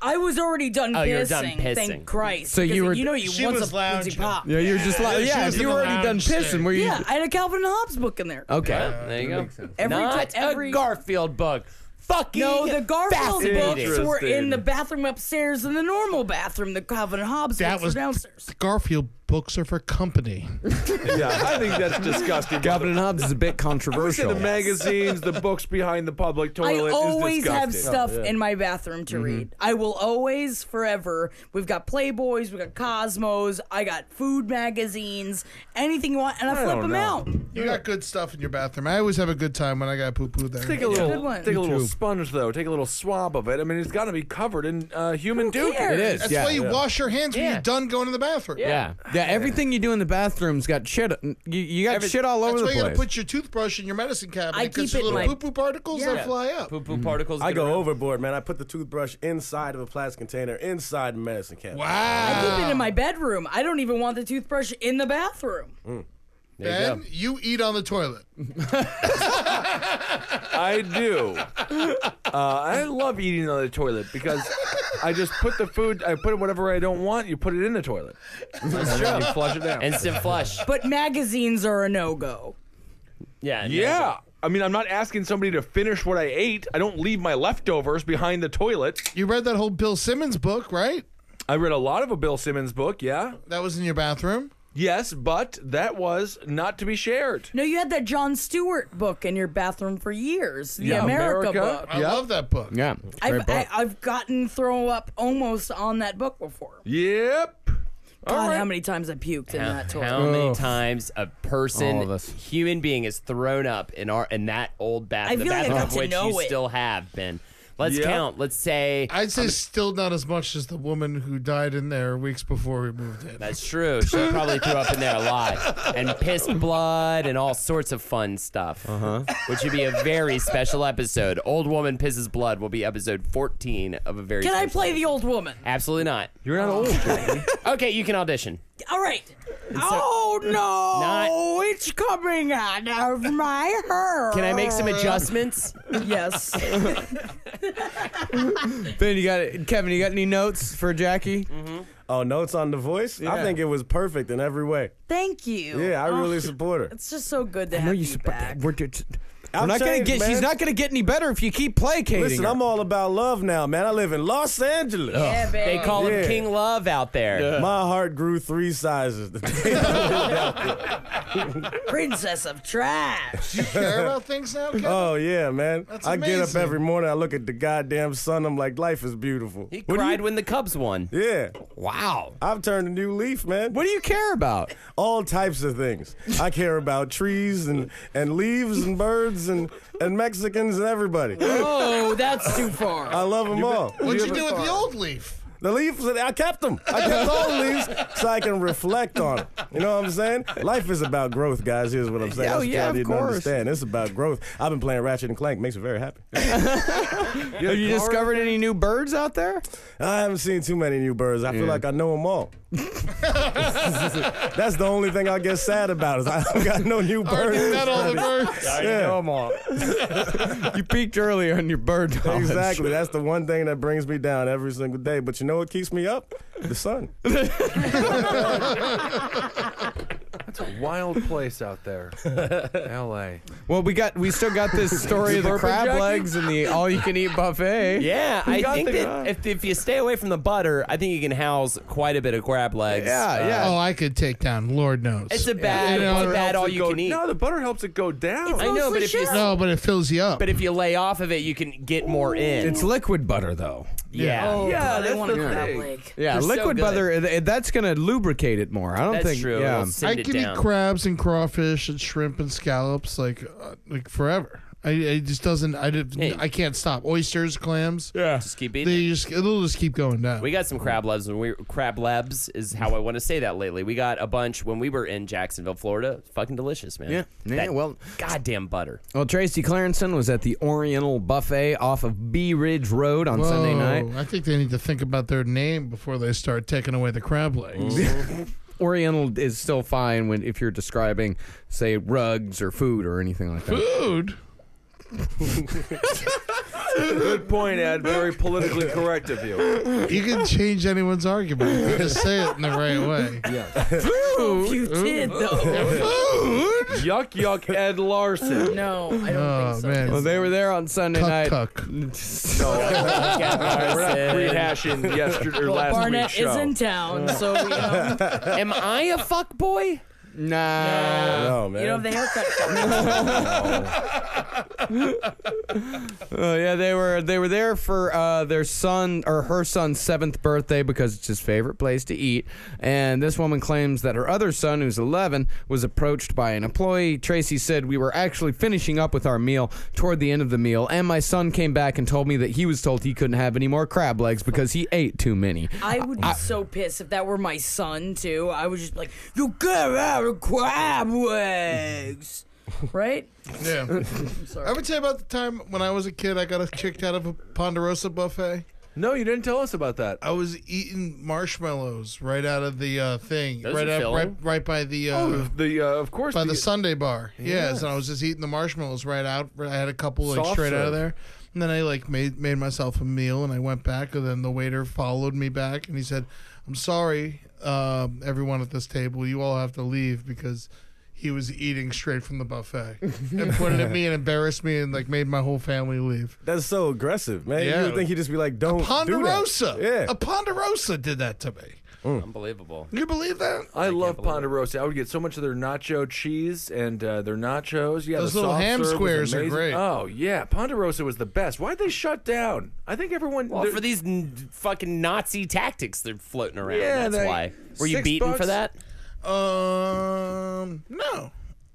I was already done Oh, pissing. you were done pissing. Thank Christ. So you because were- You know, you She once was a lousy lounging. pop. Yeah, you're just like, she yeah, was if you in were the already done lounge pissing. there. Were you? Yeah, I had a Calvin and Hobbes book in there. Okay. There you go. Every ti- Not every- a Garfield book. Fucking No, the Garfield fascinating. books were Interesting. in the bathroom upstairs in the normal bathroom. The Calvin and Hobbes That books was- were downstairs. Garfield books are for company. Yeah, I think that's disgusting. Calvin and Hobbes is a bit See controversial. the magazines, the books behind the public I toilet. always is have disgusting. Mm-hmm. stuff in my bathroom to read. I will always, forever. We've got Playboys, we got Cosmos, I got food magazines, anything you want, and I, flip don't them know. out. You got good stuff in your bathroom. I always have a good time when I got poo poo there. Take a good little, one. take a little too. sponge though. Take a little swab of it. I mean, it's got to be covered in uh, human Who duty. cares? It is. That's yeah. why you yeah. wash your hands when Yeah. you're done going to the bathroom. yeah. Yeah, Everything you do in the bathroom's got shit. You, you got shit all over That's the why you place. gotta put your toothbrush in your medicine cabinet I keep because your it little in my- poo poo particles Yeah. that fly up. Poo poo particles. I get go around. overboard, man. I put the toothbrush inside of a plastic container, inside the medicine cabinet. Ah. Wow. I keep it in my bedroom. I don't even want the toothbrush in the bathroom. Ben, you eat on the toilet. I do. Uh, I love eating on the toilet because I just put the food. I put whatever I don't want. You put it in the toilet. That's true. You flush it down. Instant flush. But magazines are a no go. Yeah. yeah. I mean, I'm not asking somebody to finish what I ate. I don't leave my leftovers behind the toilet. You read that whole Bill Simmons book, right? I read a lot of a Bill Simmons book. Yeah. That was in your bathroom. Yes, but that was not to be shared. No, you had that John Stewart book in your bathroom for years. The Yeah. America, America. Oh, book. I love that book. yeah. I've, I, I've gotten throw up almost on that book before. Yep. God, how many times I puked in that toilet. How many times a All of person, us. human being, is thrown up in our in that old bathroom, the feel like I bathroom got of to which know you it. still have been. Let's Yeah. count. Let's say I'd say still not as much as the woman who died in there weeks before we moved in. that's true. She probably threw up in there a lot and pissed blood and all sorts of fun stuff. Uh-huh. Which would be a very special episode. Old woman pisses blood will be episode fourteen of a very. Can I special- play the old woman? Absolutely not. You're not old. Okay, you can audition. All right. oh no! Not- it's coming out of my hair. Can I make some adjustments? Yes. Ben, you got Kevin. You got any notes for Jackie? Oh, notes on the voice? I think it was perfect in every way. Thank you. Yeah, I Oh, really support her. It's just so good to No, have you. you, sup- back. We're, we're I'm not gonna changed, get. She's man. not gonna get any better if you keep placating Listen, her. I'm all about love now, man. I live in Los Angeles. Yeah, They babe. call him Yeah. King Love out there. My heart grew three sizes. the day I moved out there. Princess of Trash. Do you care about things now, Kevin? oh yeah, man. That's I get up amazing. every morning. I look at the goddamn sun. I'm like, life is beautiful. He cried when the Cubs won. Yeah, Wow. I've turned a new leaf, man. what do you care about? All types of things. I care about trees and, and leaves and birds and, and Mexicans and everybody. Oh, that's too far. Um, I love them all. What'd you do with the old leaf? The leaves, I kept them. I kept all the leaves so I can reflect on them. You know what I'm saying? Life is about growth, guys. Here's what I'm saying. Oh, That's yeah, what of you course. understand. It's about growth. I've been playing Ratchet and Clank. Makes me very happy. Have you discovered any new birds out there? I haven't seen too many new birds. I feel like I know them all. That's the only thing I get sad about is I don't got no new birds. Is that all the birds? Yeah. You peaked earlier on your bird knowledge. Exactly. That's the one thing that brings me down every single day. But you know what keeps me up? The sun. Wild place out there, L.A. Well, we got we still got this story of the Burping crab Jackie? legs and the all-you-can-eat buffet. Yeah, I got think the that guy. if, if you stay away from the butter, I think you can house quite a bit of crab legs. yeah, yeah. Oh, I could take down. Lord knows. It's a bad, You know, it's a bad all It you go- can eat. No, the butter helps it go down. I know, but if you No, but it fills you up. but if you lay off of it, you can get more in. It's liquid butter though. yeah. Oh, Yeah, God, I that's want a the crab thing. leg. Yeah, They're so liquid good. butter. eh, th- That's gonna lubricate it more. I don't That's think. true. Yeah. It'll send I it could eat down. crabs and crawfish and shrimp and scallops like uh, like forever. I, it just doesn't. I, did- Hey. I can't stop oysters, clams. Yeah. Just keep eating. They just it'll just keep going down. We got some crab labs, and we crab labs is how I want to say that lately. We got a bunch when we were in Jacksonville, Florida. Fucking delicious, man. Yeah. Yeah, That well- goddamn butter. Well, Tracy Clarenson was at the Oriental Buffet off of Bee Ridge Road on Sunday night. I think they need to think about their name before they start taking away the crab legs. Mm-hmm. Oriental is still fine when if you're describing, say, rugs or food or anything like that. Food. Good point, Ed. Very politically correct of you. You can change anyone's argument. if You just say it in the right way. Oh, You did though. Yuck, yuck, Ed Larson. No, I don't Oh think so. man. Well, they were there on Sunday Cuck, night. cuck. We're not rehashing yesterday or last Barnett week's show. is in town, so um, you know, Am I a fuck boy? Nah. No, man. you don't have the haircut. Oh yeah, they were they were there for uh, their son or her son's seventh birthday because it's his favorite place to eat. And this woman claims that her other son, who's 11, was approached by an employee. Tracy said we were actually finishing up with our meal toward the end of the meal, and my son came back and told me that he was told he couldn't have any more crab legs because he ate too many. I would be so pissed if that were my son too. I was just like, you get out of crab legs, right? Yeah. I would say about the time when I was a kid, I got kicked out of a Ponderosa buffet. No, you didn't tell us about that. I was eating marshmallows right out of the uh, thing, Those right, are out, filling. right right by the uh, Oh, the uh, of course by the, Sunday bar. Yes, and I was just eating the marshmallows right out. I had a couple like Soft straight out serve. of there, and then I like made made myself a meal, and I went back, and then the waiter followed me back, and he said, "I'm sorry, um, everyone at this table, you all have to leave because." He was eating straight from the buffet and pointed at me and embarrassed me and like made my whole family leave. That's so aggressive, man. Yeah. You would think he'd just be like, don't. do that. Ponderosa, Yeah. a Ponderosa did that to me. Unbelievable. Can you believe that? I, love believe it. Ponderosa. I would get so much of their nacho cheese and uh, their nachos. Yeah, Those the little soft ham serve was squares are amazing. great. Oh yeah, Ponderosa was the best. Why'd they shut down? I think everyone. Well, they're- for these n- fucking Nazi tactics they're floating around. Yeah, that's they- why. Were you six beaten for bucks? that? Um, no.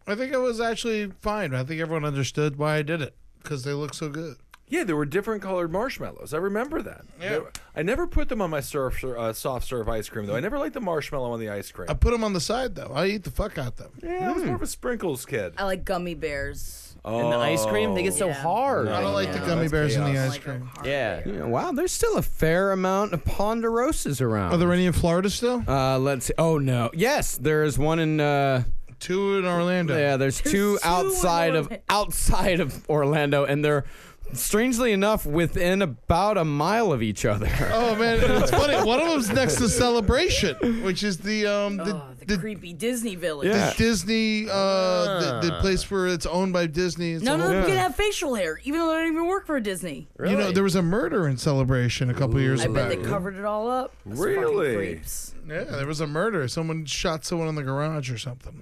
I think I was actually fine. I think everyone understood why I did it because they look so good. yeah, there were different colored marshmallows. I remember that. Yeah. I never put them on my surf, uh, soft serve ice cream though. I never liked the marshmallow on the ice cream. I put them on the side though. I eat the fuck out them. yeah, I was more of a sprinkles kid. I like gummy bears. Oh. And the ice cream, they get so Yeah. hard. I don't like the gummy bears in the ice cream. Yeah. Yeah, wow, there's still a fair amount of ponderosas around. Are there any in Florida still? uh, let's see. Oh no, yes, there is one in. Uh, Two in Orlando. Yeah, there's two There's two outside in of Orlando. outside of Orlando, and they're strangely enough within about a mile of each other. Oh man, it's funny. One of them's next to Celebration, which is the um the, Oh, the, the, creepy Disney village. the Disney uh the, the place where it's owned by Disney. It's a None of whole- them can have facial hair, even though they don't even work for Disney. You know, there was a murder in Celebration a couple years I bet back. they covered it all up. Those fucking Really? creeps. yeah, there was a murder. Someone shot someone in the garage or something.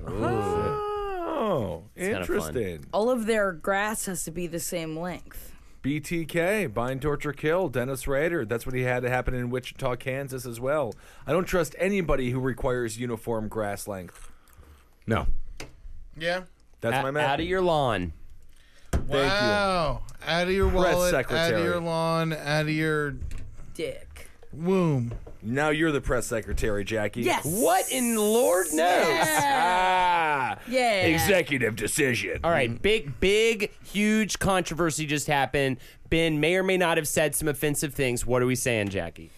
Oh, kinda fun. interesting. All of their grass has to be the same length. BTK, bind, torture, kill, Dennis Rader. That's what he had to happen in Wichita, Kansas as well. I don't trust anybody who requires uniform grass length. No. Yeah. That's A- my map. out of your lawn. Thank wow. Out of your wallet, out secretary. of your lawn, out of your Dick. womb. you. Now you're the press secretary, Jackie. Yes. What in Lord knows? Ah. Yeah. Executive decision. All right, big, big, huge controversy just happened. Ben may or may not have said some offensive things. What are we saying, Jackie?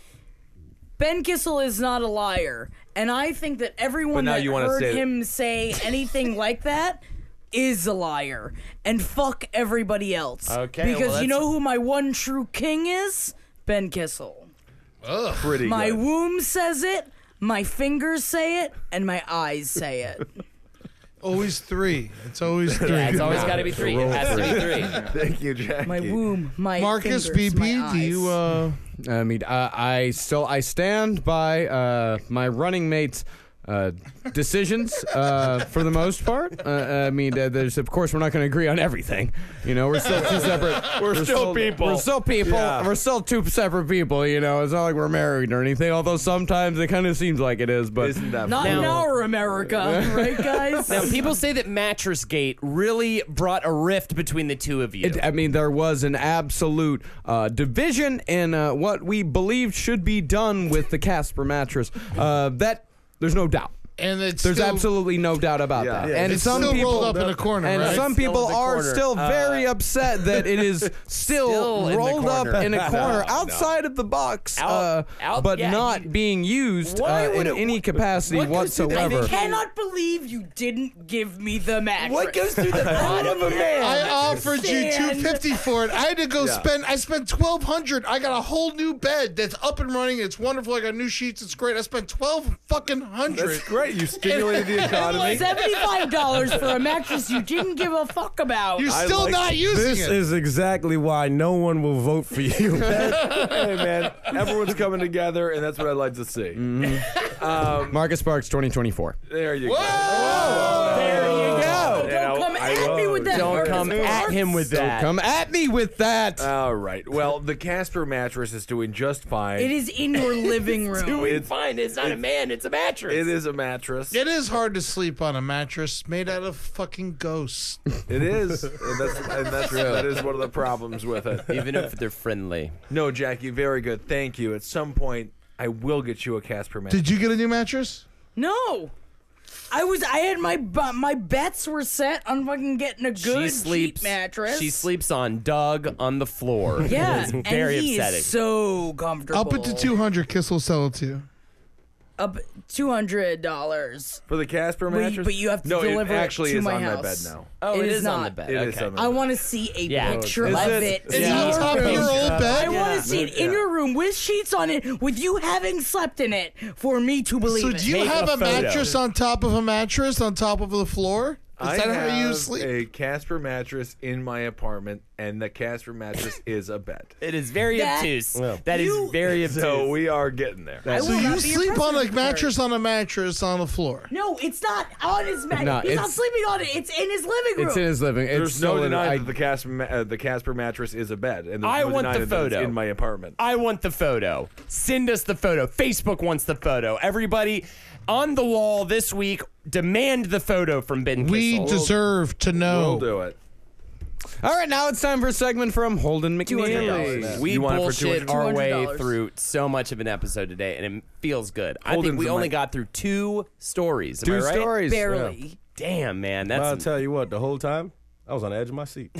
Ben Kissel is not a liar, and I think that everyone now that you wanna heard say that- him say anything like that is a liar, and fuck everybody else. Okay, because well, you that's- know who my one true king is? Ben Kissel. Pretty My good. womb says it, my fingers say it, and my eyes say it. Always three. It's always three. Yeah, it's always got to be three. It has to be three. Thank you, Jackie. My womb, my Marcus fingers, my BB, do you eyes. uh I mean, I, I still I stand by uh, my running mates. uh, decisions uh, for the most part. Uh, I mean, uh, there's of course we're not going to agree on everything. You know, we're still two separate. We're, still people. We're still people. Yeah. We're still two separate people. You know, it's not like we're married or anything. Although sometimes it kind of seems like it is. But Isn't that Not funny? in our America, right, guys? Now, people say that Mattress Gate really brought a rift between the two of you. It, I mean, there was an absolute uh, division in uh, what we believed should be done with the Casper mattress. Uh, that there's no doubt. And it's There's still- absolutely no doubt about Yeah. that. Yeah, And it's some still people, rolled up in a corner, and right? some Still people in the are corner. Uh, still very upset that it is still, Still in the rolled up corner. in a corner No, outside of the box, Out- uh, out- but yeah, not you- being used Why uh, in would it- any capacity what goes through that? I whatsoever. think- cannot believe you didn't give me the mattress. what goes through the thought of a man? I offered you two understand. fifty for it. I had to go spend. I spent twelve hundred. I got a whole new bed that's up and running. It's wonderful. I got new sheets. It's great. I spent twelve fucking hundred. That's great. You stimulated the economy. Seventy-five dollars for a mattress you didn't give a fuck about. You're still not using This it. is exactly why no one will vote for you. hey man, everyone's coming together, and that's what I like to see. Marcus Sparks 2024. There you go. there you go. Don't You know, come I at me love with that. Don't Marcus come at Sparks. him with that. Come at me with that. All right. Well, the Casper mattress is doing just fine. It is in your living room. Doing fine. It's not a man. It's a mattress. It is a mattress. It is hard to sleep on a mattress made out of fucking ghosts. It is. And that's, and that's that is one of the problems with it. Even if they're friendly. No, Jackie, very good. Thank you. At some point, I will get you a Casper mattress. Did you get a new mattress? No. I was. I had my bu- my bets were set on fucking getting a she good sleeps. sheet mattress. She sleeps on Doug on the floor. Yeah, It's very and he upsetting. Is so comfortable. Up it to two hundred. Kiss will sell it to you. Up two hundred dollars. For the Casper But you- mattress? but you have to no, deliver it it actually to is my on my bed house. now. oh, it it is is, on the not. bed. It is okay. on the I want to see a Yeah. picture Is of it- it. is It's Yeah. on top of your old I bed. want to see it in Yeah. your room with sheets on it, with you having slept in it, for me to believe So it. do you Take have a a, photo. mattress on top of a mattress on top of the floor? Is I that how you have sleep? a Casper mattress in my apartment, and the Casper mattress is a bed. It is very That- obtuse. that is you- very obtuse. So we are getting there. I so will not you be sleep impressed on with a her. mattress on a mattress on the floor. No, it's not on his bed. No, He's not it's- sleeping on it. It's in his living room. It's in his living. It's There's no still in- denying I- that the Casper, ma- uh, the Casper mattress is a bed, and there's I no want the denying that it's photo. in my apartment. I want the photo. Send us the photo. Facebook wants the photo. Everybody on the wall this week, demand the photo from Ben We Kissel. deserve to We'll know. do it. All right, now it's time for a segment from Holden McNeely. $200. we You want it for bullshit 200? our way $200. through so much of an episode today, and it feels good. I think Holden's we a only mic. got through two stories. Am I Two right? stories. Barely. Damn, man, that's I'll tell you what, the whole time, I was on the edge of my seat.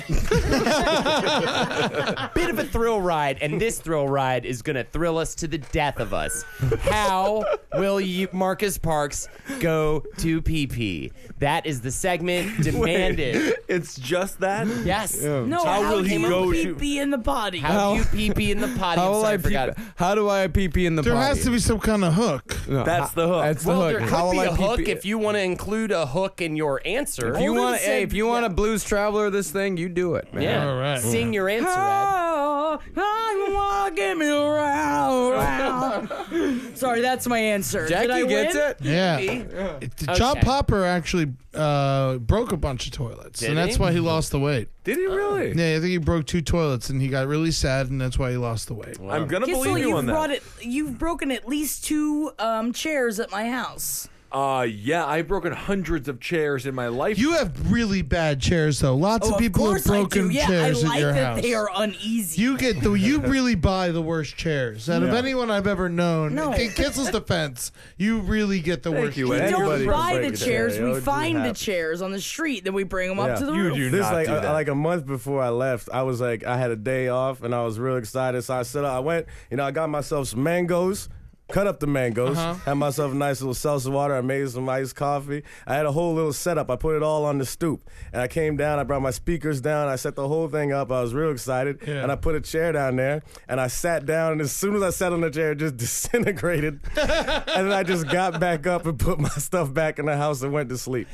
bit of a thrill ride, and this thrill ride is going to thrill us to the death of us. How will you, Marcus Parks, go to PP? That is the segment demanded. It's just that. Yes. No, How how, will he can go pee to- pee in the body? How do you pee pee in the potty? How I'm will sorry, I I forgot. pee? How do I pee pee in the There potty? has to be some kind of hook. No, That's I- the hook. That's the Well, hook. there could How be will a I pee hook pee- if you want to include a hook in your answer. If you Holden want, hey, said- if you want to blues traveler this thing, you do it, man. yeah, All right. sing your answer. Ed. Oh, I'm walking me around, around. Sorry, that's my answer. Did I Jackie gets win? it. Yeah. It- John Okay. Popper actually uh, broke a bunch of toilets, Did and that's he? why he lost the weight. Did he really? Yeah, I think he broke two toilets, and he got really sad, and that's why he lost the weight. I'm gonna Kissel, believe you you've on brought that. it. You've broken at least two um, chairs at my house. Uh, yeah, I've broken hundreds of chairs in my life. You have really bad chairs, though. Lots Oh, of people have course I do. broken yeah, chairs I like at your that house. They are uneasy. You get the you really buy the worst chairs out of anyone I've ever known. No. In Kitzel's defense, you really get the worst. you, chairs. Ed. don't Anybody can buy break the a chairs. chair. It We would find the happen. chairs on the street, then we bring them up to the You roof. do this not like do uh, that. like a month before I left, I was like I had a day off and I was real excited. So I set up, I went, you know, I got myself some mangoes. Cut up the mangoes. Uh-huh. Had myself a nice little salsa water. I made some iced coffee. I had a whole little setup. I put it all on the stoop, and I came down. I brought my speakers down. I set the whole thing up. I was real excited, Yeah. and I put a chair down there. And I sat down, and as soon as I sat on the chair, it just disintegrated. and then I just got back up and put my stuff back in the house and went to sleep.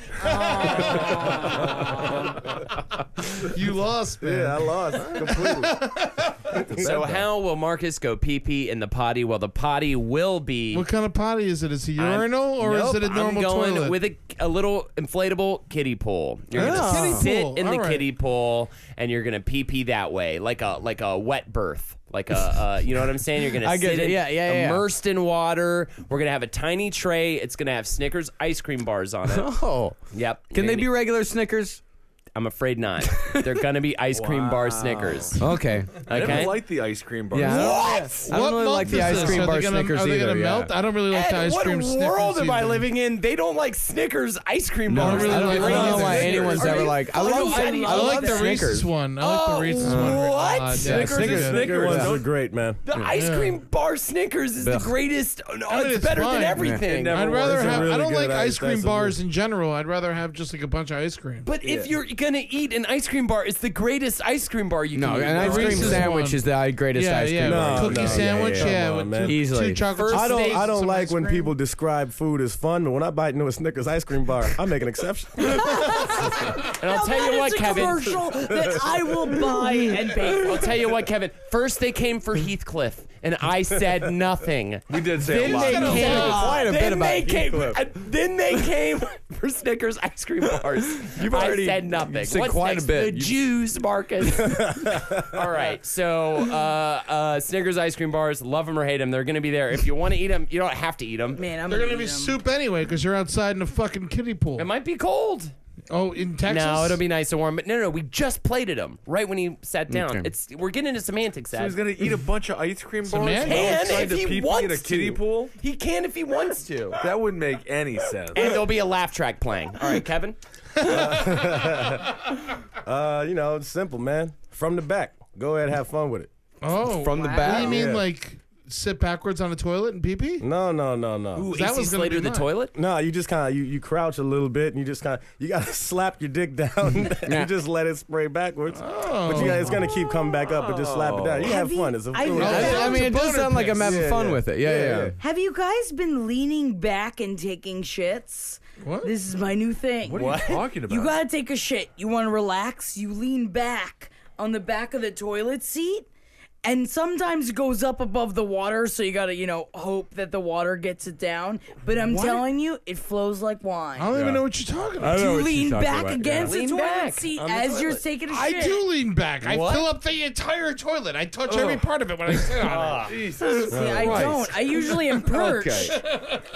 You lost, man. Yeah, I lost completely. So how will Marcus go pee pee in the potty? Well, the potty will be. What kind of potty is it? Is it a I'm- urinal or Nope, is it a normal I'm going toilet? with a, a little inflatable kiddie pool. You're Oh. gonna Kiddie sit pool, in the all right. kiddie pool and you're gonna pee pee that way, like a like a wet birth, like a uh, you know what I'm saying. You're gonna I get sit it. in, Yeah, yeah, yeah. immersed in water. We're gonna have a tiny tray. It's gonna have Snickers ice cream bars on it. Oh. Yep. Can You're they gonna- be regular Snickers? I'm afraid not. They're gonna be ice cream bar Snickers. Okay. I Okay. don't like the ice cream bar. Yeah. What? I don't really month like the is ice this? cream Are they bar gonna- Snickers Are they either. gonna yeah. melt? I don't really like the Ed, ice what cream Snickers. world am I either. living in? They don't like Snickers ice cream I bars. don't really I don't, like I don't know why Snickers. anyone's Are ever you like. I fucking love, kidding me? I I like love the Snickers. Reese's one. I like Oh, the Reese's one. a lot. what? Yeah, Snickers is good. Uh, Snickers. Snicker ones are great, man. The ice cream bar Snickers is Ugh. the greatest. oh, No, mean, it's, it's better fine. than everything. Yeah. I'd Everyone rather is a have. I really don't good like ice- ice cream that's a bars in general. I'd rather have just like a bunch of ice cream. But if you're gonna eat an ice cream bar, it's the greatest ice cream bar you No, can eat. an ice cream Reese's sandwich one. is the greatest yeah, ice cream yeah, bar. No, cookie no, yeah, sandwich, yeah, yeah, come on, with man. two, Easily. two chocolate. I don't. steaks I and don't some like ice when cream. people describe food as fun, but when I bite into a Snickers ice cream bar, I make an exception. And I'll tell you That what, is a Kevin. commercial that I will buy and pay. I'll tell you what, Kevin. First they came for Heathcliff, and I said nothing. We did say a Then lot. they though. came. Quite a bit then about they came. Heathcliff. uh, Then they came for Snickers ice cream bars. You've already- I said nothing. you said What's quite a next? bit. The You- Jews, Marcus. All right. So uh, uh, Snickers ice cream bars, love them or hate them, they're going to be there. If you want to eat them, you don't have to eat them. Man, I'm They're gonna eat be them. soup anyway because you're outside in a fucking kiddie pool. It might be cold. Oh, in Texas. No, it'll be nice and warm. But no, no, we just plated him right when he sat down. Okay. It's we're getting into semantics. So Ed. he's gonna eat a bunch of ice cream bars. man. while and trying if to he pee-pee wants in a kiddie to. pool. He can if he wants to. That wouldn't make any sense. And there'll be a laugh track playing. All right, Kevin. Uh, you know, it's simple, man. From the back, go ahead, have fun with it. Oh, From the What back. do you mean, Yeah. Mm, like sit backwards on a toilet and pee pee? No, no, no, no. Ooh, That AC was gonna Slater be the mine. toilet. No, you just kind of you, you crouch a little bit and you just kind of you gotta slap your dick down. and you just let it spray backwards, but you gotta, it's gonna keep coming back up. But just slap it down. You have Have you- fun. It's a I- food. I- Yeah. I, I mean, it does sound like I'm having Yeah, fun yeah. with it. Yeah, yeah. Yeah, yeah. yeah. Have you guys been leaning back and taking shits? What? This is my new thing. What are you talking about? You gotta take a shit. You wanna relax, you lean back on the back of the toilet seat, and sometimes it goes up above the water, so you gotta, you know, hope that the water gets it down. But I'm telling you, it flows like wine. I don't even know what you're talking about. I know you what she's lean talking back about, against Lean the toilet back seat on the as you're toilet. taking a I shit. do lean back. I What? fill up the entire toilet. I touch every part of it when I sit on it. See, I don't. I usually am perched. And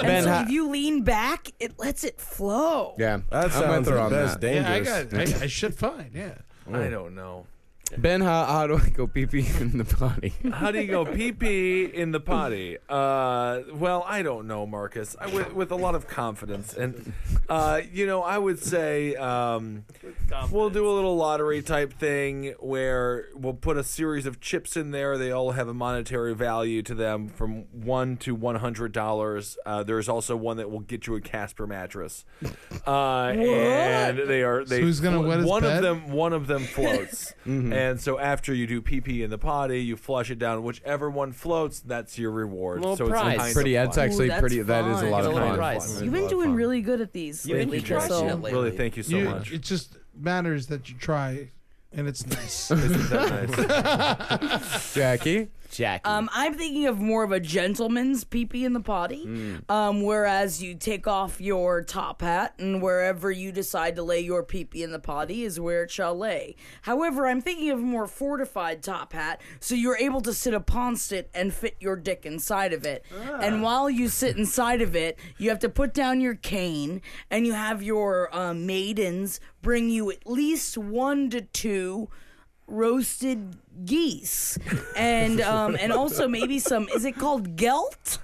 Ben, so ha- if you lean back, it lets it flow. Yeah, That I'm with sounds her the on best that. Yeah, I dangerous. got. I, I shit fine. Yeah. I don't know. Ben, how, how do I go pee pee in the potty? How do you go pee pee in the potty? Uh, well, I don't know, Marcus. I, with, with a lot of confidence, and uh, you know, I would say um, we'll do a little lottery type thing where we'll put a series of chips in there. They all have a monetary value to them, from one to one hundred dollars. Uh, there's also one that will get you a Casper mattress, uh, and they are they. who's gonna wet his Mm-hmm. One of bed? them one of them floats. And so after you do pee pee in the potty, you flush it down. Whichever one floats, that's your reward. Little so prize. it's kind pretty. Of That's fun. actually that's pretty. That is a fun. lot It's of a lot fun. of fun. It's a You've lot been of doing fun. really good at these lately, Try Chris, so- shit lately. Really, thank you so You, much. It just matters that you try, and it's nice. Isn't that nice? Jackie. Jack. Um, I'm thinking of more of a gentleman's pee pee in the potty, um, whereas you take off your top hat and wherever you decide to lay your pee pee in the potty is where it shall lay. However, I'm thinking of a more fortified top hat, so you're able to sit upon it and fit your dick inside of it. And while you sit inside of it, you have to put down your cane and you have your uh, maidens bring you at least one to two roasted geese and um and also maybe some is it called gelt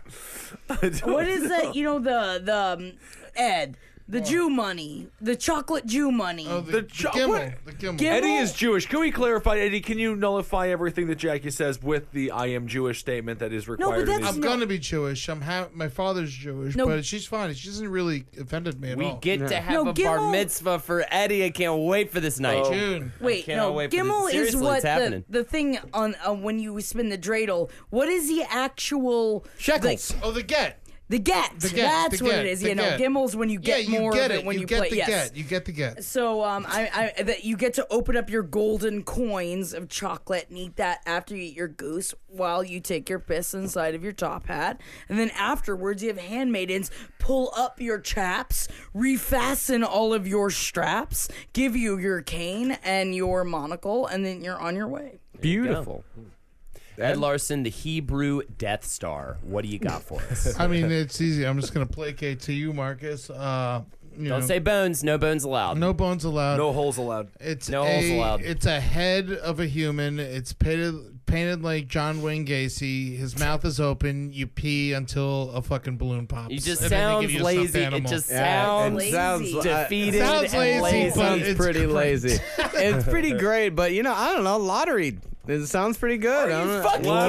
what is that you know the the um, ed the jew money the chocolate jew money Oh, The the, the cho- Kimmel. what? The Kimmel. Gim- Eddie is Jewish. Can we clarify, Eddie? Can you nullify everything that Jackie says with the "I am Jewish" statement that is required? in that's- these- I'm gonna be Jewish. I'm ha- my father's Jewish, No. but she's fine. She hasn't really offended me at we all. get to have No, a bar Gimel- mitzvah for Eddie. I can't wait for this night. June. Wait, cannot no, wait for this. Gimel is Seriously, what it's the, happening. the thing on uh, when you spin the dreidel. What is the actual Shekels. Oh, the get. The get. The get, That's the what get, it is. the You know, get. Gimmel's when you get yeah, you more get of it, when you, get play. the yes. get. You get the get. So um, I, I that you get to open up your golden coins of chocolate and eat that after you eat your goose, while you take your piss inside of your top hat, and then afterwards you have handmaidens pull up your chaps, refasten all of your straps, give you your cane and your monocle, and then you're on your way. Beautiful. Ed Larson, the Hebrew Death Star. What do you got for us? I mean, it's easy. I'm just gonna placate to you, Marcus. Uh, you Don't know, say bones. No bones allowed. no bones allowed. No holes allowed. It's No a, holes allowed. It's a head of a human. It's painted painted like John Wayne Gacy. His mouth is open. You pee until a fucking balloon pops. You just And then they sounds give you a stuffed lazy. It animal. just Yeah, sounds it sounds Lazy. defeated. Sounds and lazy, lazy. but- sounds it's pretty great. lazy. it's pretty great, but you know, I don't know. Lottery. It sounds pretty good. I Are don't you know. fucking Whoa.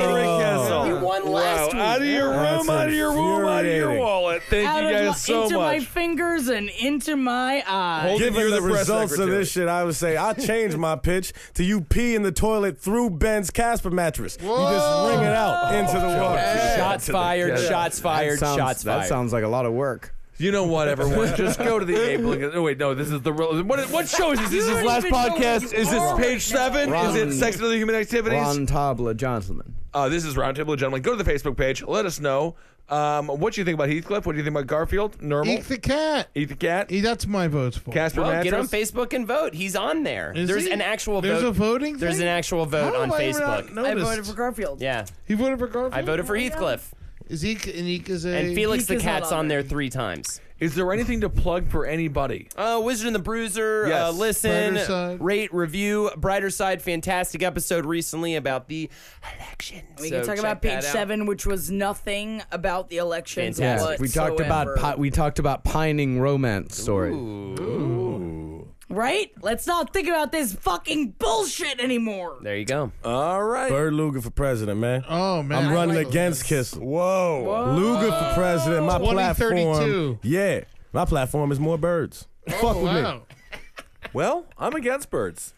kidding me? You won last week. Out of your That's room, out of your womb, out of your infuriating. wallet. Thank Out you guys of my, so into much. my fingers and into my eyes. Hold Given you're the the, press results of secretary. this shit, I would say I change my pitch to you pee in the toilet through Ben's Casper mattress. You just ring it out into the water. Shots fired. Shots fired. That sounds, Shots that fired. sounds like a lot of work. You know what, everyone? Just go to the enabling. Oh wait, no, this is the real. What, what show is this? Is this don't last even know where podcast? you Is this are page right now. seven? Is Ron- it Sex and Other Human Activities? Ron Tabla Johnson. Uh, this is Roundtable of Gentlemen. Go to the Facebook page. Let us know um, what you think about Heathcliff. What do you think about Garfield? Normal. eat the cat. Eat the cat. Eh, That's my votes for. Casper Well, mattress. get on Facebook and vote. He's on there. Is There's he? an actual There's vote. a voting. There's thing? an actual vote How on have I not Facebook. I noticed? voted for Garfield. Yeah, He voted for Garfield. I voted for Heathcliff, Is he? And he is a. and Felix Heath the is not cat's on on there there. three times. Is there anything to plug for anybody? Uh, Wizard and the Bruiser. Yes. Uh, listen, Brighter Side. rate, review. Brighter Side, fantastic episode recently about the election. We So can talk check about page that out. seven, which was nothing about the election. Fantastic. whatsoever. We talked about pi- we talked about pining romance stories. right. Let's not think about this fucking bullshit anymore. There you go. All right. Bird Luger for president, man. Oh man, I'm I running like against this. Kiss. Whoa. Luger for president. My 2032. platform. Yeah. My platform is more birds. Oh, Fuck with me. Wow. Well, I'm against birds.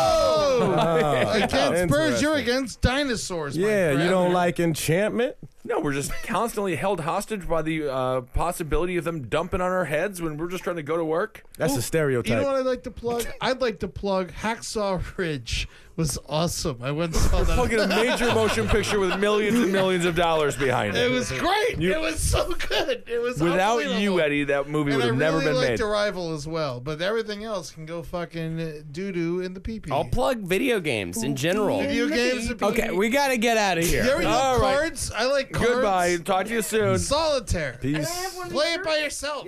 Whoa! against birds, you're uh, Interesting. against dinosaurs. my Yeah, you friend. don't like enchantment? No, we're just constantly held hostage by the uh, possibility of them dumping on our heads when we're just trying to go to work. That's a stereotype. You know what I'd like to plug? I'd like to plug Hacksaw Ridge was awesome. I went and saw that. Fucking a major motion picture with millions and millions of dollars behind it. it was great. it was so good. It was Without you, unbelievable. Eddie, that movie And would I have never really been liked made. the rival as well, but everything else can go fucking doo doo in the pee pee. I'll plug video games in general. video games. And pee-pee. Okay, we gotta get out of here. There we go. All right. Cards. I like cards. Goodbye. Talk to you soon. Solitaire. Peace. Play it by yourself.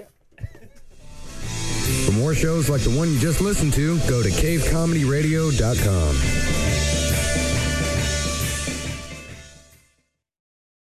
For more shows like the one you just listened to, go to cavecomedyradio.com.